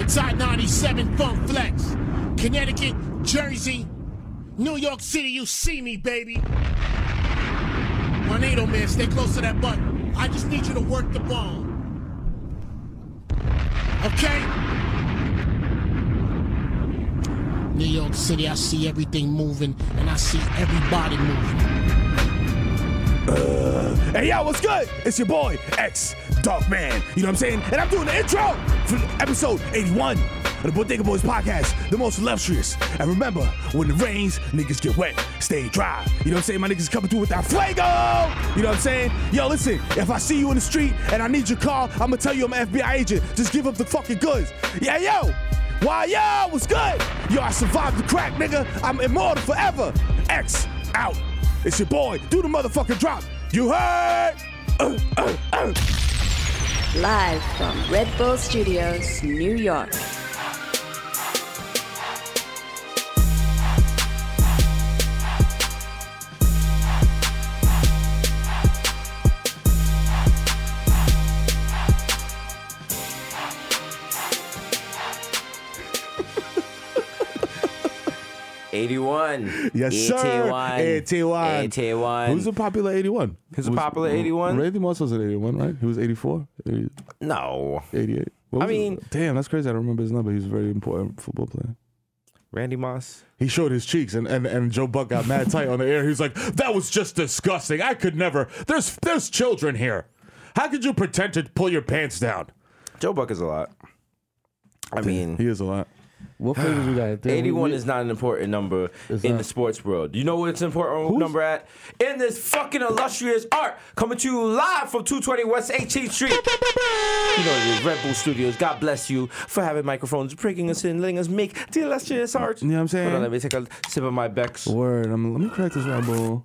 Southside 97 Funk Flex. Connecticut, Jersey, New York City, you see me, baby. Juanito, man, stay close to that button. I just need you to work the bomb. Okay? New York City, I see everything moving, and I see everybody moving. Hey yo, what's good? It's your boy X Dark Man. You know what I'm saying? And I'm doing the intro for episode 81 of the Bodega Boys podcast, the most illustrious. And remember, when it rains, niggas get wet, stay dry. You know what I'm saying? My niggas coming through with that fuego. You know what I'm saying? Yo, listen, if I see you in the street and I need your car, I'ma tell you I'm an FBI agent. Just give up the fucking goods. Yeah, yo. Why, yo, what's good? Yo, I survived the crack, nigga. I'm immortal forever. X out. It's your boy. Do the motherfucking drop. You heard? Uh, uh, uh. Live from Red Bull Studios, New York. Eighty-one. Yes, sir. 81. 81. 81. Who's a popular 81? Who's a popular 81? Randy Moss was an 81, right? He was 84, 80, no. 88. What I was it? mean- damn, that's crazy. I don't remember his number. He was a very important football player. Randy Moss. He showed his cheeks, and, and, and Joe Buck got mad tight on the air. He was like, "That was just disgusting. I could never. There's there's children here. How could you pretend to pull your pants down?" Joe Buck is a lot. I He mean, is a lot. What flavors we got? Damn, we- 81 we- is not an important number in not. the sports world. You know what it's an important number at? In this fucking illustrious art, coming to you live from 220 West 18th Street. You know it is Red Bull Studios. God bless you for having microphones, breaking us in, letting us make the illustrious art. You know what I'm saying? Hold on, let me take a sip of my Beck's. Word. I'm, let me crack this Red Bull.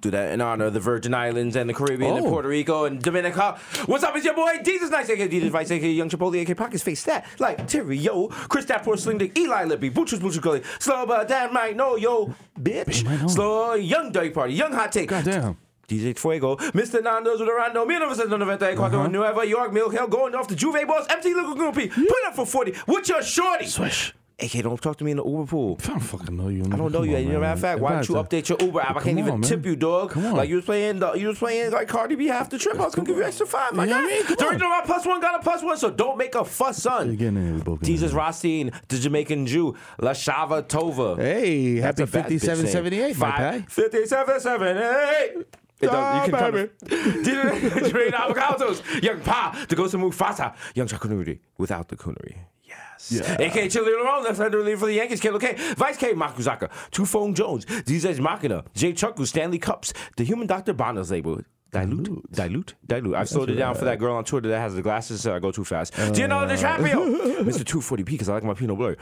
do that in honor of the Virgin Islands and the Caribbean and Oh. Puerto Rico and Dominica. What's up? It's your boy Jesus Nice, aka Jesus Vice, aka Young Chipotle, aka Pockets Face That, like Terry Yo, Chris That Poor Sling Dick, Eli Lippy, Butchers Butcher Gully, Slow But That Might Know Yo, might know. bitch, Slow Young Dirty Party, Young Hot Take, Goddamn. DJ Fuego, Mr. Nando's with a Rondo, Mi Novas no 94, Uh-huh. uh Nueva York, Milk Hill, going off the Juve Boss, MT Little Groupie, put up for 40, what's your shorty? Swish. AK, don't talk to me in the Uber pool. I don't fucking know you. I don't know you. and you know, matter of fact, why don't you update your Uber app? I can't Come even on, man. tip you, dog. Come on. Like you was playing, the, you was playing like Cardi B half the trip. I was gonna give you extra five. My You know guy. what I mean? Come The on. reason why plus one got a plus one, so don't make a fuss, You're son. getting in here, Boca. Jesus Racine, the Jamaican Jew, Lashava Tova. Hey, happy That's a bad bitch name. 5778, my pie. Five- Oh, 5778. It does. You can Ah, come. baby. Drain avocados. Young Pa, the ghost of Mufasa. Young Charcuterie without the coonery. Yes. Yeah. AK Chili Lerone, left handed reliever for the Yankees. Kalo K. Vice K. Makuzaka. Two Phone Jones. DZ Machina. Jay Chuckle. Stanley Cups. The Human Dr. Bonner's label. Dilute, dilute, dilute. I Uh, slowed it down for that girl on Twitter that has the glasses, so I go too fast. Gino DiCaprio, Mr. 240p, because I like my Pinot Blur.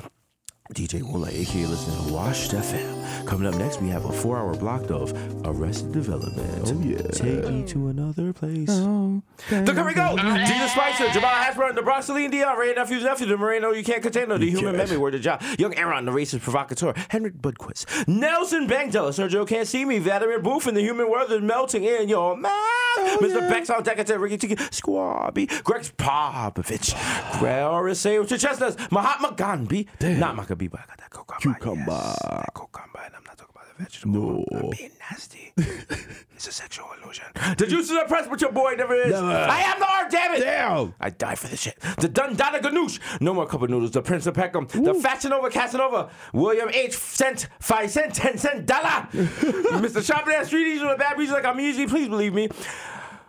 DJ Ola, aka listening to Wash FM. Coming up next, we have a four hour block of Arrested Development. Oh, yeah. Take me to another place. Look, here we go. Jesus Spicer, Jamal Hasbro, the Bronx, Celine Dion, Ray Nephew's nephew, the Moreno, you can't contain, no, the human memory, word of job. Young Aaron, the racist provocateur, Henrik Budquist, Nelson Bangdella, Sergio Can't See Me, Vladimir Booth, and the human world is melting in your mouth. Mr. Bex on Decadent, Ricky Tiki, Squabby, Greg Popovich, Greg Sage, Chestnuts, Mahatma Gandhi, not Maccabee, but I got that cucumber. Cucumber. yes, that cucumber, and I'm not talking about the vegetable. No. I'm being nasty. it's a sexual illusion. The juices are pressed, but your boy never is. Never. I am the art, damn it. Damn. I die for this shit. The Dundada Ganoush. No more cup of noodles. The Prince of Peckham. The Fashion Over Casanova. William H. Cent. Five cent. Ten cent. Dollar. Mr. Shopping at Street Easy with bad reason like I'm usually. Please believe me.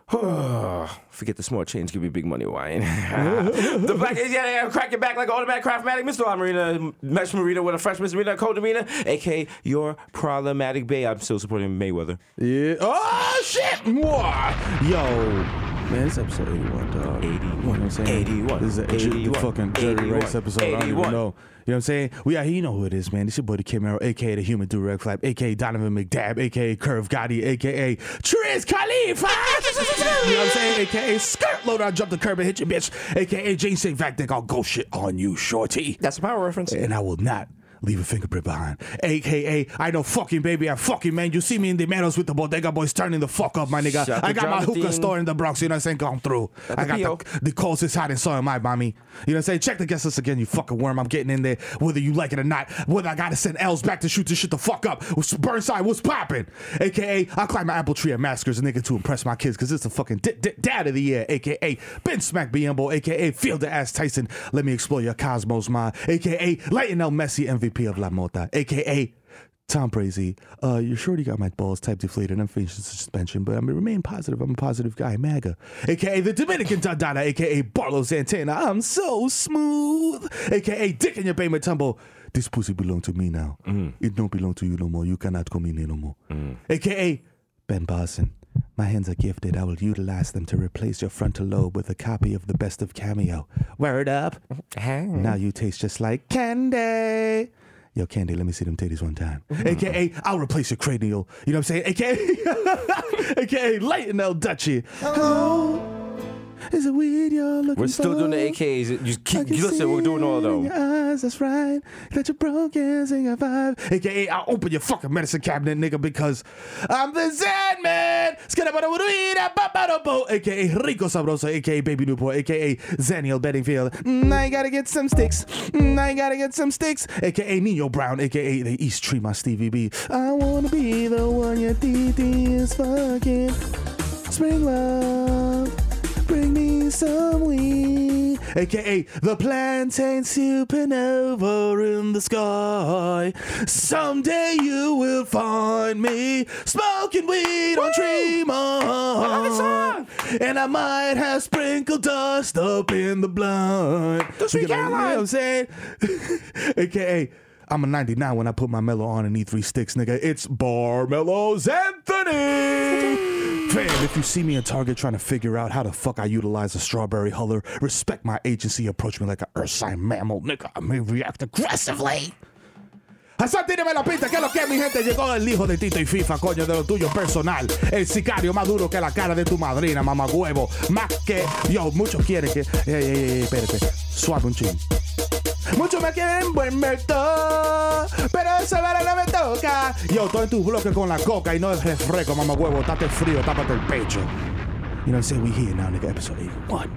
Forget the small change, give me big money wine. the black is yeah, yeah, crack your back like an automatic craftmatic. Mr. La Marina, Mesh Marina with a fresh Miss Marina, cold demeanor, aka your problematic bae. I'm still supporting Mayweather. Yeah. Oh shit! Mwah! Yo, man, this episode eighty-one, dog. 81, You know what I'm saying? 81, This is a 81, fucking Jerry 81, Rice episode. I don't even 81. know. You know what I'm saying? We out here, you know who it is, man. It's your boy the Kid Merrill, aka the Human Durag Flap, aka Donovan McDab, aka Curve Gotti, aka Triz Khalifa. you know what I'm saying? Aka Skirt Loader, I jump the curb and hit your bitch. Aka Jane St. Vac, I'll go shit on you, shorty. That's a power reference. And I will not leave a fingerprint behind. AKA, I know fucking baby, I fucking man. You see me in the meadows with the bodega boys turning the fuck up, my nigga. Shut I the got my hookah Jonathan. store in the Bronx, you know what I'm saying? Gone through. Shut I the got the, the coals is hot and so am I, mommy. You know what I'm saying? Check the guest list again, you fucking worm. I'm getting in there, whether you like it or not. Whether I gotta send L's back to shoot this shit the fuck up. What's Burnside, what's poppin'? AKA, I climb my apple tree at Maskers, nigga, to impress my kids, cause it's the fucking d- d- dad of the year, AKA Ben Smack Biambo, AKA Field the Ass Tyson. Let me explore your cosmos mind, AKA Lionel Messi, MVP of La Mota, AKA Tom Brazy, uh, your shorty got my balls type deflated. I'm finishing suspension, but I'm gonna remain positive. I'm a positive guy, MAGA, aka the Dominican Dada, aka Barlow Santana. I'm so smooth, aka Dick in your payment tumble. This pussy belong to me now. It don't belong to you no more. You cannot come in here no more. Aka Ben Barson. My hands are gifted. I will utilize them to replace your frontal lobe with a copy of the best of Cameo. Word up. Now you taste just like candy. Yo, Candy, let me see them titties one time. AKA, I'll replace your cranial. You know what I'm saying? AKA, AKA, Lighten L. Dutchy. Hello. Is it weird you're looking We're still doing the for? AKs. You I keep, can see listen, we're doing all it in though. your eyes, that's right. That you're broken, sing a vibe. AKA, I'll open your fucking medicine cabinet, nigga, because I'm the Zen man. Skidabadabadweeda, babadabo. AKA Rico Sabroso, AKA Baby Newport, AKA Zaniel Bedingfield. Mm, I gotta get some sticks. Mm, I gotta get some sticks. AKA Nino Brown, AKA the East Tremont Stevie B. I wanna be the one your DD is fucking. Spring love. Bring me some weed. AKA the plantain supernova in the sky. Someday you will find me smoking weed on Tremont. And I might have sprinkled dust up in the blunt. Sweet You know what Caroline. I'm saying? AKA. I'm a 99 when I put my mellow on and eat three sticks, nigga. It's Barmelo's Anthony. Fam, if you see me in Target trying to figure out how the fuck I utilize a strawberry huller, respect my agency, approach me like an earth sign mammal, nigga. I may react aggressively. Hassan, tíreme la pista, que es lo que es, mi gente. Llegó el hijo de Tito y FIFA, coño, de lo tuyo personal. El sicario más duro que la cara de tu madrina, mamá huevo. Más que, yo, muchos quieren que. Ey, ey, ey, espérate. Suave un chin. Muchos me quieren buen merto, pero esa vara no me toca. Yo, todo en tus bloques con la coca y no el refresco, mamá huevo. Estate frío, tápate el pecho. You know what I'm saying? We here now, nigga. Episode 81.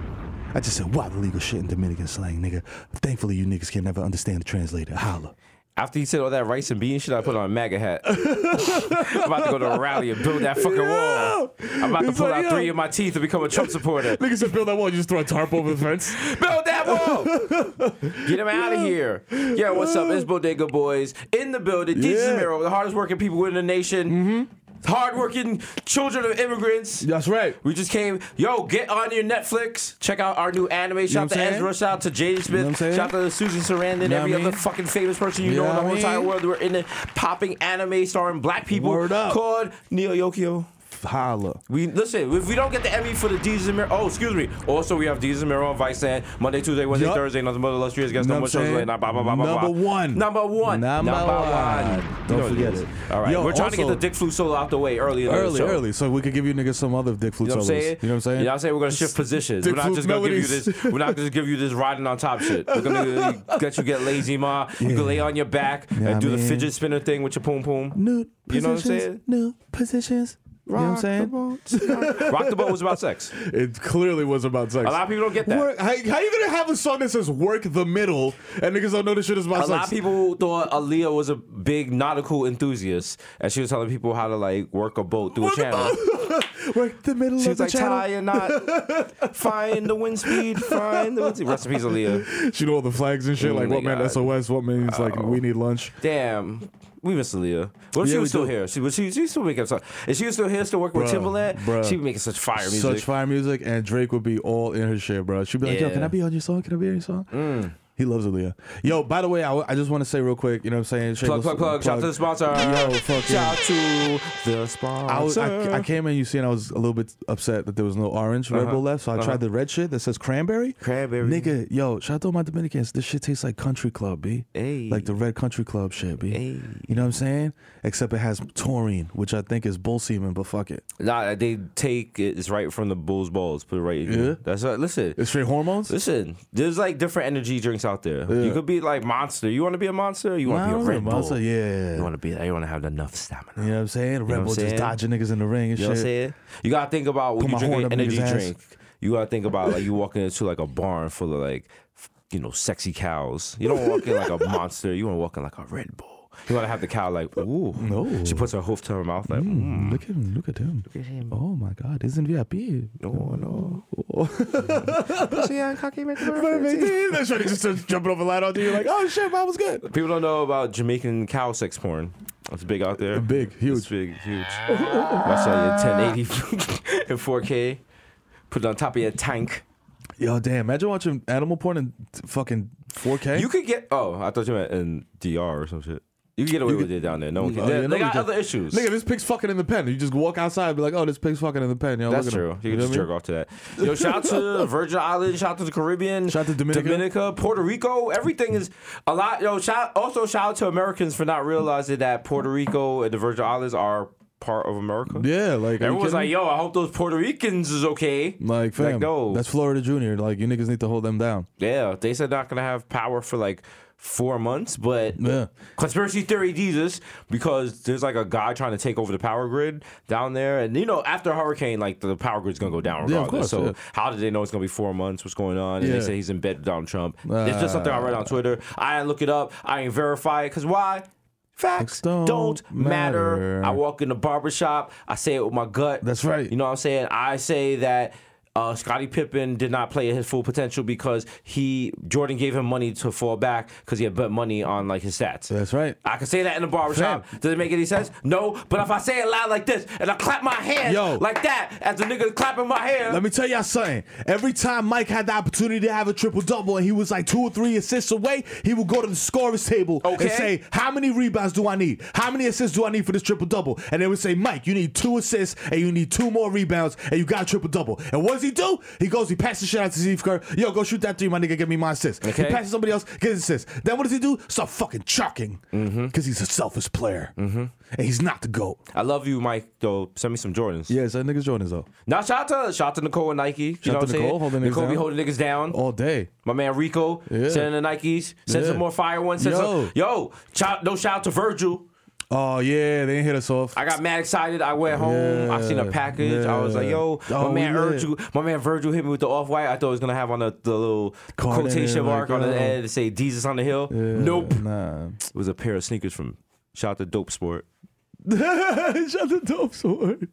I just said wild illegal shit in Dominican slang, nigga. Thankfully, you niggas can never understand the translator. Holla. After he said all that rice and bean shit, I put on a MAGA hat. I'm about to go to a rally and build that fucking wall. I'm about to It's pull like, out yo. three of my teeth and become a Trump supporter. Niggas said build that wall, you just throw a tarp over the fence. Build that wall. Get him out of here. Yeah, what's up? It's Bodega Boys in the building. DJ Yeah. Mm-hmm. Mero, the hardest working people in the nation. Hardworking children of immigrants. That's right. We just came. Yo, get on your Netflix. Check out our new anime. know Shout out what to I'm saying? Ezra. Shout out to Jaden what I'm Smith. saying? Shout out to Susan Sarandon. know every what I other mean? fucking famous person you You know know in what the I whole entire mean? world. We're in the popping anime starring black people Word up. called Neo Yokio. Holla. We listen. If we don't get the Emmy for the Deez and Mirror, oh excuse me. Also, we have Deez and Mirror on Vice and Monday, Tuesday, Wednesday, Yup. Thursday. Nothing but illustrious guests. Know No more what I'm shows. saying? late night, Blah blah blah blah. Number blah. one. Number one. Number one. Don't You know forget is. it. All right. Yo, We're trying to get also- the Dick Flu solo out the way early. In the Early, show. early, so we could give you niggas some other dick flute You know what I'm solos. saying? You know what I'm saying? You know what I'm saying? We're gonna shift positions. Dick We're not flute just gonna melodies. give you this. We're not gonna just give you this riding on top shit. We're gonna let you get lazy, ma. You can lay on your back Yeah, and do the man. fidget spinner thing with your poom poom. New You know what I'm positions, saying? new positions. You know what I'm saying? Rock the boat was about sex. It clearly was about sex. A lot of people don't get that. Work, how, how you gonna have a song that says "Work the Middle" and niggas don't know this shit is about a sex? lot of people thought Aaliyah was a big nautical enthusiast, and she was telling people how to like work a boat through Work the a channel. work the middle She of was the like, tie channel. a knot, find the wind speed, find the wind speed. Rest in peace, Aaliyah. She know all the flags and shit. Oh like my what meant God. Oh. SOS, what means like we need lunch. Damn. We miss Aaliyah. What if Yeah, she we was still do. here? She was she, she still making some. If she was still here, still working with Bruh, Timbaland, bruh. she'd be making such fire music. Such fire music, and Drake would be all in her shit, bro. She'd be like, "Yo, Yeah. Mm. can I be on your song? Can I be on your song?" He loves Aaliyah. Yo, by the way, I, w- I just want to say real quick, you know what I'm saying? Shameless plug, plug, plug. Shout out to the sponsor. Yo, fucking. Shout out to the sponsor. I, was, I, I came in, you see, and I was a little bit upset that there was no orange Red Bull left. So I tried the red shit that says cranberry. Uh-huh. Cranberry. Nigga, yo, shout out to all my Dominicans. This shit tastes like country club, B. Ayy. Like the red country club shit, B. Ayy. You know what I'm saying? Except it has taurine, which I think is bull semen, but fuck it. nah, they take it. It's right from the bull's balls. Put it right. in. Yeah. That's right. Listen. It's straight hormones? Listen, there's like different energy drinks out out there. You could be like monster. You want to be a monster? You want Nah, I to be a was a Red Bull? monster, yeah. You want to be. You want to have enough stamina. You know what I'm saying? what I'm Rebel just saying? dodging niggas in the ring and You know what I'm shit. saying? You gotta think about Put when you my drink horn up an energy niggas' ass. drink. You gotta think about like you walking into like a barn full of like f- you know sexy cows. You don't walk in like a monster. You want to walk in like a Red Bull. You want to have the cow like ooh. No. She puts her hoof to her mouth like mm, Mm, Look at him! Look at him! Look at him! Oh my God! This isn't VIP. no no. See, I'm cocky, man. That's right. Just starts jumping off a ladder onto you like, oh shit, mine was good. mm. People don't know about Jamaican cow sex porn. It's big out there. Big, huge. It's big, huge. Watch that in 1080 and 4K. Put it on top of your tank. Yo, damn! Imagine watching animal porn in t- fucking 4K. You could get. Oh, I thought you meant in DR or some shit. You can get away with it down there. No one can. Oh, they yeah, they nobody got can- other issues. Nigga, this pig's fucking in the pen. You just walk outside and be like, oh, this pig's fucking in the pen. Yo, That's look at him. true. You can know just what I mean? jerk off to that. Yo, shout out to Virgin Islands. Shout out to the Caribbean. Shout out to Dominica. Dominica, Puerto Rico. Everything is a lot. Yo, shout also shout out to Americans for not realizing that Puerto Rico and the Virgin Islands are part of America. Yeah, like are you Everyone's kidding like, me? yo, I hope those Puerto Ricans is okay. Like, fam, like, no. that's Florida Junior. Like, you niggas need to hold them down. yeah, they said not gonna have power for like four months, but Yeah. conspiracy theory Jesus, because there's like a guy trying to take over the power grid down there, and you know after a hurricane, like the power grid's gonna go Yeah, down of regardless. course, so yeah. how did they know it's gonna be four months? What's going on? And they Yeah. Uh, say he's in bed with Donald Trump. it's just something I read on Twitter. I didn't look it up. I didn't verify it because why? Facts don't, don't matter. matter. I walk in the barber shop. I say it with my gut. That's right. You know what I'm saying? I say that uh, Scottie Pippen did not play his full potential because he Jordan gave him money to fall back because he had bet money on like his stats. That's right. I can say that in the barbershop. Fam. Does it make any sense? No. But if I say it loud like this and I clap my hands Yo. like that as the nigga clapping my hands, Let me tell y'all something. Every time Mike had the opportunity to have a triple double and he was like two or three assists away, he would go to the scorer's table Okay. and say, How many rebounds do I need? How many assists do I need for this triple double? And they would say, Mike, you need two assists and you need two more rebounds and you got a triple double. And what does he do? He goes, he passes shit out to Steve Kerr. Yo, go shoot that three, my nigga, give me my assist. Okay. He passes somebody else, gets his assist. Then what does he do? Start fucking chucking because Mm-hmm. he's a selfish player and he's not the GOAT. I love you, Mike. Though send me some Jordans. Yeah, so niggas join us though Now shout out to shout out to Nicole and Nike. You know Shout out what I'm to saying? Nicole, holding niggas Nicole be down. holding niggas down. all day. My man Rico Yeah. sending the Nikes. Send some Yeah. more fire ones. Send Yo. Some, yo, shout, no shout out to Virgil. Oh yeah, they ain't hit us off. I got mad excited. I went home. I seen a Yeah. package. I was like, yo, Oh, my we man lit. Virgil, my man Virgil hit me with the off white. I thought it was gonna have on the, the little Card in quotation it, mark like, on the oh. end to say Jesus on the hill. Nope. Nah. It was a pair of sneakers from shout out to Dope Sport. Shut the dope sword.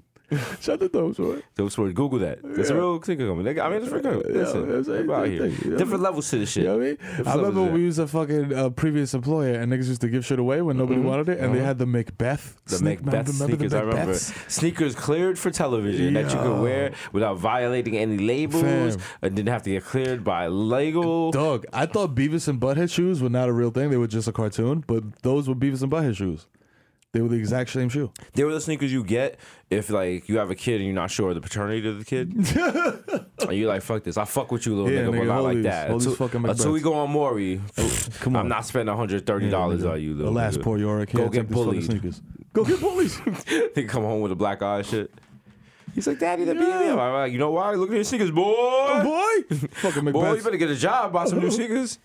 Shut the dope sword. Dope Sport. Google that. That's a real sneaker company. They- I mean, it's freaking. Yeah, Listen, it's- it's- I'm out it's- here. it's- Different levels to this shit. You know what I mean? Different I levels remember to we that. was a fucking uh, previous employer and niggas used to give shit away when nobody wanted it, and they had the Macbeth. Mm-hmm. Uh-huh. The sneak- Macbeth sneakers, I remember. Macbeths? Sneakers cleared for television that you could wear without violating any labels Fam. and didn't have to get cleared by legal. Dog, I thought Beavis and Butthead shoes were not a real thing. They were just a cartoon, but those were Beavis and Butthead shoes. They were the exact same shoe. They were the sneakers you get if like you have a kid and you're not sure of the paternity of the kid. and you like, fuck this. I fuck with you, little Yeah, nigga, but nigga, not hold like these- that. hold these Until, fucking until we McBeths. go on Maury, Come I'm on. not spending $130 on you, The little last nigga. poor Yorick. Go Here, take get these fucking bullied. Sneakers. Go get bullied. They come home with a black eye and shit. He's like, Daddy, that beat me up. I'm like, you know why? Look at your sneakers, boy. Boy. fucking Macbeth. Boy, you better get a job, buy some new sneakers.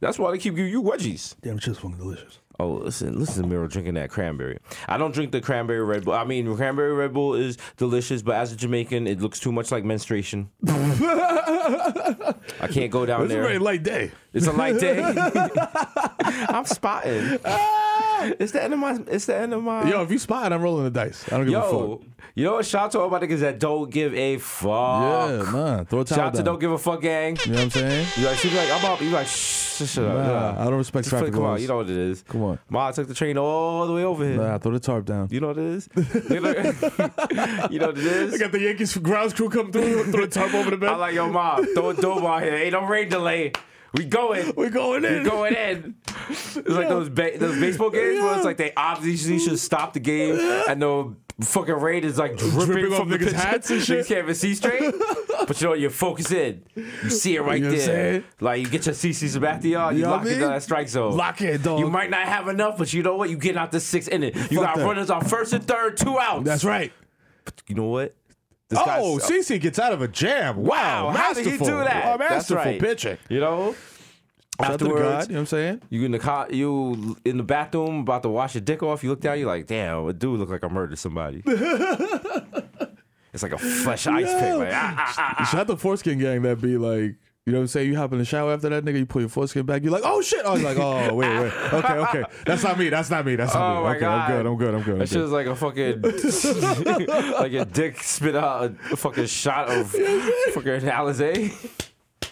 That's why they keep giving you wedgies. Damn, shit's fucking delicious. Oh, listen, listen to Miro drinking that cranberry. I don't drink the cranberry Red Bull. I mean, cranberry Red Bull is delicious, but as a Jamaican, it looks too much like menstruation. I can't go down It's a there. very light day. it's a light day. I'm spotting. It's the end of my. It's the end of my. Ah! Yo, if you spot, I'm rolling the dice. I don't give Yo, you know what? Shout out to all my niggas that don't give a fuck. a fuck. Yeah, man. Throw a towel Shout out to down. Don't Give a Fuck Gang. You know what I'm saying? You like, she be like, I'm out. You like, shh, shut up. Nah, I don't respect Just traffic Come on, laws. you know what it is. Come on. Ma, I took the train all the way over here. Nah, throw the tarp down. You know what it is? You know, you know what it I is? got the Yankees grounds crew come through, throw the tarp over the bed. I'm like, yo, mom, throw a dope out here. Ain't no rain delay. We going. We're going We in. going in. It's like those ba- those baseball games where it's like they obviously should stop the game and the fucking rain is like dripping, Dripping off from the niggas' pitch. hats and shit. Niggas can't even see straight. but you know what? You focus in. You see it right You know what I'm there. saying? Like you get your CC Sabathia, you, You know what I lock it mean? down that strike zone. Lock it, dog. You might not have enough, but you know what? You getting out the sixth inning. You Fuck got that. runners on first and third, two outs. That's right. You know what? This Oh, guy's- CC gets out of a jam. Wow, Wow, how did he masterful. do that? Wow, That's masterful right. pitching. You know? Shout out to Afterwards, God, you know what I'm saying? You in the car, you in the bathroom about to wash your dick off. You look down, you're like, damn, a dude look like I murdered somebody. it's like a fresh ice pick. Like, ah, ah, ah, ah. Shout out the foreskin gang that be like, you know what I'm saying? You hop in the shower after that nigga, you pull your foreskin back, you're like, oh shit. I was like, oh, wait, wait. Okay, okay. That's not me. That's not me. That's not Oh me. my okay, god, I'm good. I'm good. I'm good. I'm That shit good. is like a fucking, like a dick spit out a fucking shot of fucking Alizé.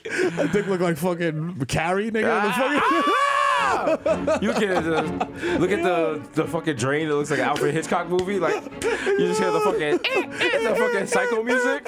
That dick look like fucking Carrie, nigga. on the fucking- Ah! you can uh, look at the the fucking drain. It looks like an Alfred Hitchcock movie. Like you just hear the fucking the fucking psycho music.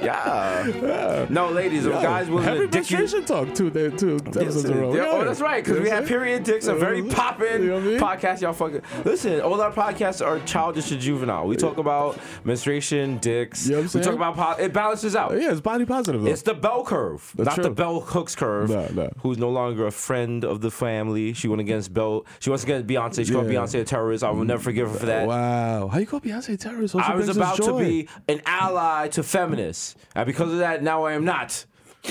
Yeah. No, ladies, or guys willing Heavy to dick you. menstruation talk too. There too. Episodes in a row. Yeah, Yeah. Oh, that's right, because You know we what I'm have saying? period dicks, a very You poppin' know what I mean? podcast. Y'all fucking listen. All our podcasts are childish and juvenile. We talk about menstruation, dicks. You know what I'm we talk saying? about po- it balances out. Oh, Yeah, it's body positive though. It's the bell curve, That's not the true. bell hooks curve. No, no. Who's no longer a friend of the family? She went against Bell. She went against Beyonce. She called Yeah. Beyonce a terrorist. I will never forgive her for that. wow. How you call Beyonce a terrorist? All she I was brings is about to joy. be an ally to feminists, and because of that, now I am not.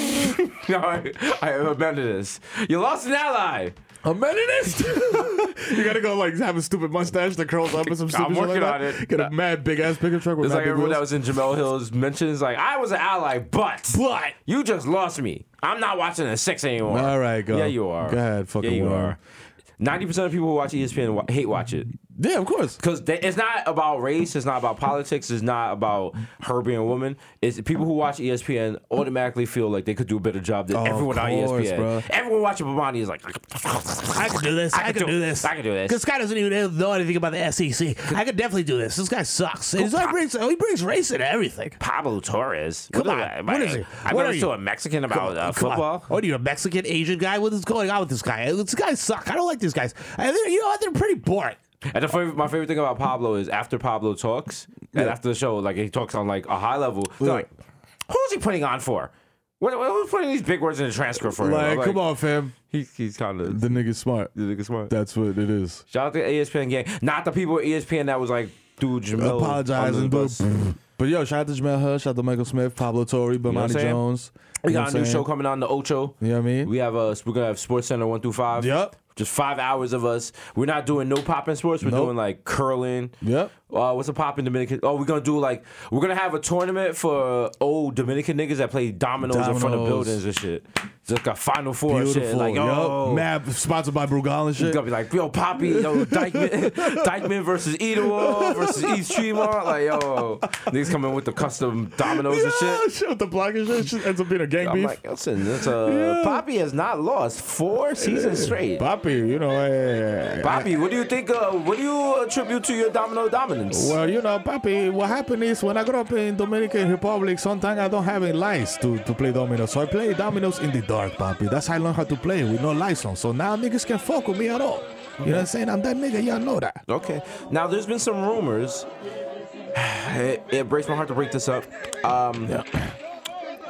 no, I, I am a feminist. You lost an ally. a meninist. you gotta go like have a stupid mustache that curls up and some stupid I'm shit working like that. on it. Get a mad big ass pickup truck with It's mad like big everyone that wheels. was in Jamel Hill's mentions. Like I was an ally, but But- you just lost me. I'm not watching the six anymore. All right, go. Yeah, you are. Go ahead, fucking yeah, you worm. are. Ninety percent of people who watch E ESPN wa- hate watch it. Yeah, of course. Because it's not about race, it's not about politics, it's not about her being a woman. It's people who watch E ESPN automatically feel like they could do a better job than Of everyone on E course, ESPN. bruh. Everyone watching Bomani is like, I can do this. I, can, do, this. I can do this. Because Scott doesn't even know anything about the SEC. I could definitely do this. This guy sucks. He's like brings, he brings race into everything. Pablo Torres. Come on, I- what is it? I What am are to you? a Mexican Come about on, uh, come on. football. Oh, you're a Mexican Asian guy? What is going on with this guy? This guy suck. I don't like this guys. I, think- you know what? They're pretty boring. And the favorite, my favorite thing about Pablo is after Pablo talks, and after the show, like he talks on like a high level. They're Yeah. like, who's he putting on for? What, what- who's putting these big words in the transcript for? him? Like, I'm come on, fam. he, he's kind of The nigga's smart. nigga smart. That's what it is. Shout out to E ESPN gang, not the people at E ESPN that was like, dude, Oh, Jamil Apologizing, but but yo, shout out to Jamel Hush, shout out to Michael Smith, Pablo Torre, what I'm Bomani saying? Jones. We You know what got a I'm new saying? show coming on the Ocho. You know what I mean? We have a we're gonna have Sports Center one through five. Yep. Just five hours of us. We're not doing no popping sports. We're Nope. doing like curling. Yep. Uh, what's a pop in Dominican? Oh, we're gonna do like we're gonna have a tournament for old Dominican niggas that play dominoes, in front of Dominoes. buildings and shit. It's like a Final Four and Beautiful. shit. Like Yup. oh, Mad sponsored by Brugal and He's shit. gonna be like, yo, Poppy, yo, Dykeman, Dykeman versus Edo versus East Tremont. Like, yo, niggas coming with the custom dominoes and Yeah, shit. shit with the block and shit. It just ends up being a gang I'm beef. like, listen, that's uh, Yeah. Poppy has not lost four seasons straight. Papi, you know, eh, Poppy, what do you think? Uh, what do you attribute to your domino dominance? Well, you know, Papi, what happened is when I grew up in Dominican Republic, sometimes I don't have any lights to, to play dominoes. So I play dominoes in the dark, Papi. That's how I learned how to play with no lights on. So now niggas can fuck with me at all. You know what I'm saying? I'm that nigga, y'all know that. Okay. Now, there's been some rumors. It, it breaks my heart to break this up. Um,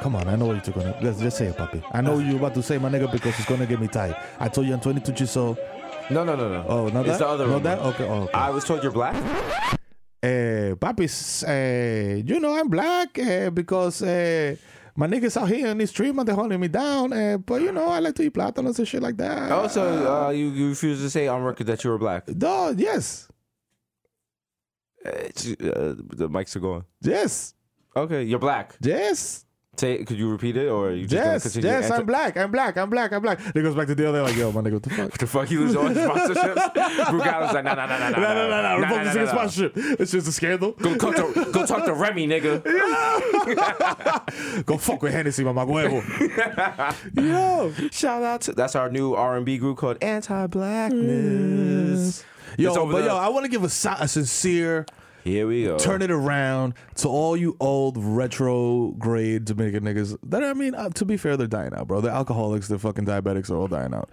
Come on, I know what you're gonna. Let's just say it, Papi. I know you're about to say my nigga because it's gonna get me tight. I told you I'm 22 years old. No, no, no, no. Oh, not that? It's the other Not rumor. that? Okay, oh, okay. I was told you're black. Eh, papi, eh, you know I'm black eh, because eh, my niggas out here in the street and they're holding me down. Eh, but you know I like to eat platanos and shit like that. Also, uh, you, you refused to say on record that you were black. Duh, yes, It's, uh, the mics are going. yes, Okay, you're black. yes, Say, could you repeat it, or are you just gonna yes, continue? yes. to I'm answer- black. I'm black. I'm black. I'm black. They goes back to the other like, yo, my nigga, what the fuck? The fuck, you lose all your sponsorships. Brooke Allen's like, no, no, no, no, no, No, no, no, no. no, Republicans no, no, no. sponsorship. It's just a scandal. Go talk to, go talk to Remy, nigga. Go fuck with Hennessy, my huevo. yo, Shout out to that's our new R and B group called Anti Blackness. It's yo, over but there. yo, I want to give a, si- a sincere. Here we go. turn it around to all you old retrograde Dominican niggas. That I mean, uh, to be fair, they're dying out, bro. They're alcoholics, they're fucking diabetics, they're all dying out.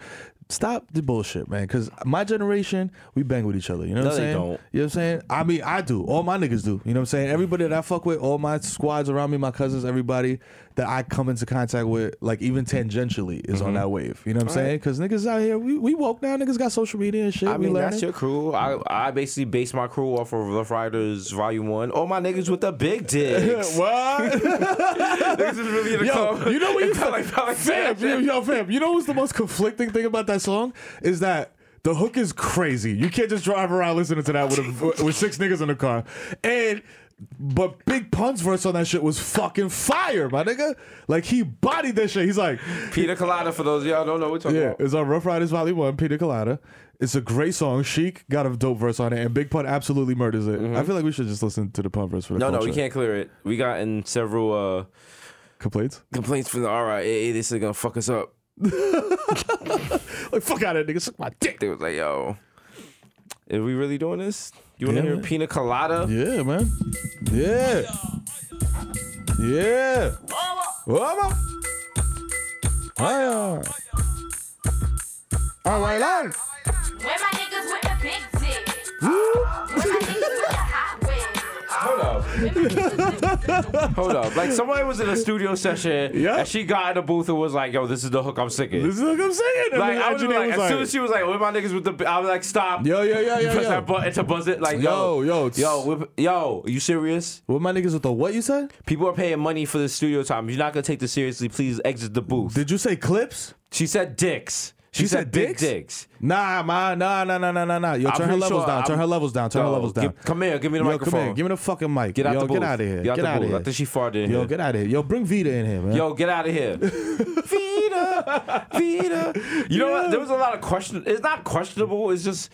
Stop the bullshit, man. Because my generation, we bang with each other. You know what No, I'm they saying? don't. You know what I'm saying? I mean, I do. All my niggas do. You know what I'm saying? Everybody that I fuck with, all my squads around me, my cousins, everybody that I come into contact with, like even tangentially, is Mm-hmm. on that wave. You know what I'm saying? Because niggas out here, we, we woke now. Niggas got social media and shit. I we mean, learning. that's your crew. I, I basically base my crew off of Rough Riders Volume 1. All my niggas with the big dicks. What? niggas is really in the club. yo, you know what you It's not like- not like fam, that. yo, yo, fam. You know what's the most conflicting thing about that song is that the hook is crazy. You can't just drive around listening to that with a, with six niggas in the car. And but Big Pun's verse on that shit was fucking fire, my nigga. Like he bodied that shit. He's like, Peter Colada, for those of y'all who don't know, we're talking yeah, about. it's on Rough Riders Volume One, Peter Colada. It's a great song. Chic got a dope verse on it, and Big Pun absolutely murders it. I feel like we should just listen to the Pun verse for the Mm-hmm. No, no, culture. we can't clear it. We gotten several uh, complaints. complaints from the RIAA. This is going to fuck us up. Like fuck out of nigga, suck my dick. They was like, yo, are we really doing this? You want to Yeah, hear man. Pina Colada? Yeah, man. Yeah. Yeah. Mama. Hiya. All right, on. Where my niggas with the big dick? Where my niggas with the hot wings? Hold up. Hold up. Like, somebody was in a studio session, Yeah. and she got in the booth and was like, yo, this is the hook I'm singing. This is what I'm saying. And Like, the I was engineer like, as soon as she was like, "Where my niggas with the," b-" I was like, "Stop!" Yo, yo, yo, you yo, press yo. that button to buzz it. Like, Yo, yo, yo, it's- yo, whip- yo, you serious? what my niggas with the what you said? People are paying money for the studio time. If You're not gonna take this seriously. Please exit the booth. Did you say clips? she said dicks. She, You said, big dicks? dicks. Nah, ma, nah, nah, nah, nah, nah, nah. Yo, turn I'm her pretty levels sure down. Turn I'm- her levels down. Turn her Yo, levels down. give- come here, give me the Yo, microphone. Come here, give me the fucking mic. Get out Yo, the get booth. out of here. Get out the outta booth. I here. think she farted in Yo, here. get out of here. Yo, bring Vita in here, man. Yo, get out of here. Vita, Vita. You know what? There was a lot of question. It's not questionable. It's just.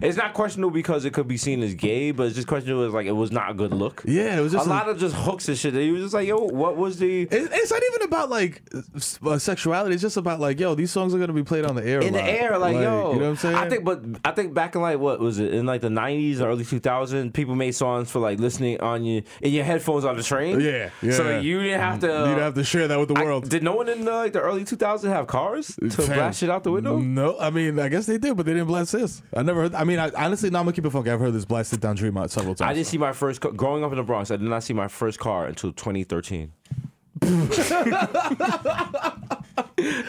It's not questionable because it could be seen as gay, but it's just questionable as like it was not a good look. Yeah, it was just a a- lot of just hooks and shit. He was just like, "Yo, what was the It- It's not even about like s- uh, sexuality. It's just about like, yo, these songs are gonna be played on the air. a in the lot. air?" Like, yo, you know what I'm saying? I think, but I think back in like what was it in like the '90s, or early 2000s, people made songs for like listening on your in your headphones on the train. Yeah, So yeah. you didn't have to. uh, you'd have to share that with the I- world. did no one in the, like the early 2000s have cars to Fam. Mm, blast shit out the window? No, I mean, I guess they did, but they didn't blast this. I never heard. I mean, I, honestly, now I'm gonna keep it funky. I've heard this blast sit down dream out several times. I didn't see my first car. Growing up in the Bronx, I did not see my first car until 2013. it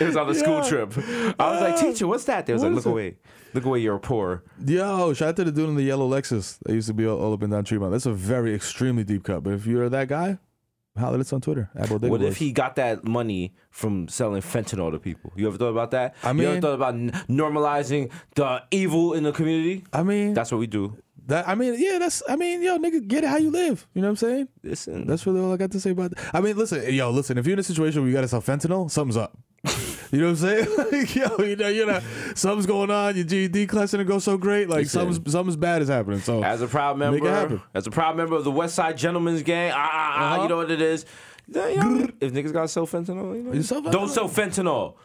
was on a school Yeah. Uh, trip. I was like, teacher, what's that? They was What like, is look it? away. Look away, you're poor. Yo, shout out to the dude in the yellow Lexus that used to be all, all up and down Tremont. That's a very extremely deep cut. But if you're that guy, holler at us on Twitter. at Bodega What if Boys. he got that money from selling fentanyl to people? You ever thought about that? I you ever mean- thought about n- normalizing the evil in the community? I mean, that's That's what we do. that. I mean, yeah, that's. I mean, yo, nigga, get it how you live. You know what I'm saying? Listen, That's really all I got to say about that. I mean, listen, yo, listen, if you're in a situation where you gotta sell fentanyl, something's up. you know what I'm saying? like, yo, you know, you know, something's going on. Your GED class didn't go so great. Like, Listen. something's something's bad is happening. So, As a proud Make it member, happen. Uh-huh. as a proud member of the West Side Gentlemen's Gang, ah, ah, ah, you know what it is. Yeah, you know, if niggas gotta sell fentanyl, you know, You sell fentanyl? don't sell fentanyl.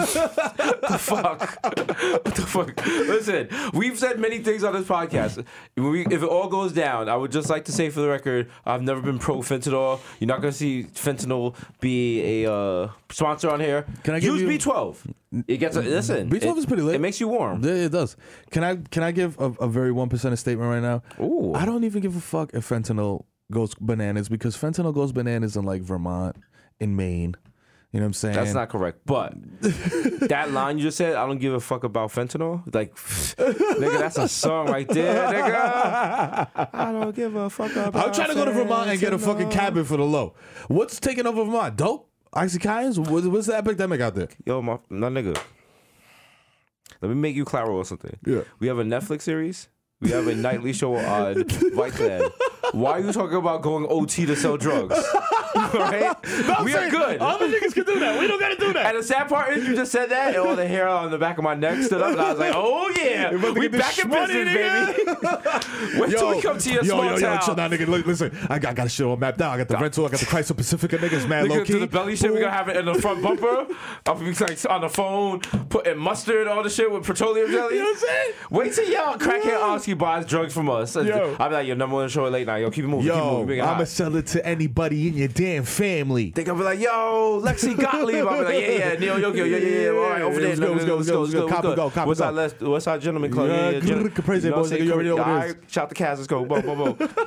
the fuck? what the fuck? Listen, we've said many things on this podcast. When we, if it all goes down, I would just like to say for the record, I've never been pro fentanyl. You're not gonna see fentanyl be a uh, sponsor on here. Can I give use you- B12? It gets a, listen. B12 is is pretty lit. It makes you warm. Yeah, it does. Can I can I give a, a very one percent statement right now? Ooh. I don't even give a fuck if fentanyl goes bananas because fentanyl goes bananas in like Vermont, in Maine. You know what I'm saying? That's not correct. But that line you just said, I don't give a fuck about fentanyl. Like, nigga, that's a song right there, nigga. I don't give a fuck about. I'm trying to go to Vermont and get a fucking fentanyl. cabin for the low. What's taking over Vermont? Dope? Oxycontin? What's, what's the epidemic out there? Yo, my, my nigga. Let me make you claro or something. Yeah. We have a Netflix series. We have a nightly show on White Clan. Why are you talking about going OT to sell drugs? right? we are good. Other niggas can do that. We don't gotta do that. And the sad part is, you just said that, and all the hair on the back of my neck stood up, and I was like, "Oh yeah, about to we get this back in money, business, baby." Wait till we come to your yo, small yo, town. yo, chill down, nigga. Li- Listen, I got, I got shit all mapped out. I got the rental. I got the Chrysler Pacifica, niggas. Mad Look low at key. the belly shit. We're gonna have it in the front bumper. I'll be like on the phone, putting mustard, all the shit with petroleum jelly. You know what I'm saying? Wait till y'all crackhead Yo. Oski buys drugs from us. Yo. I'll be like, "Your number one show late night. Yo, keep it moving. keep it Yo, moving. Make it I'ma hot." sell it to anybody in your damn family. They gonna be like, yo, Lexi Gottlieb. I'll be like, yeah, yeah, Neo Yokio, yeah, yeah, yeah. All right, over there. Let's go, let's go, let's go, let's go. Cop it, go, cop it, What's go. our last, what's our gentleman club? Yeah, Yeah, yeah, gen- good crazy know what boys, I'm nigga, you already know saying? what it All right, Shout the cast, let's go. Boom, boom, boom.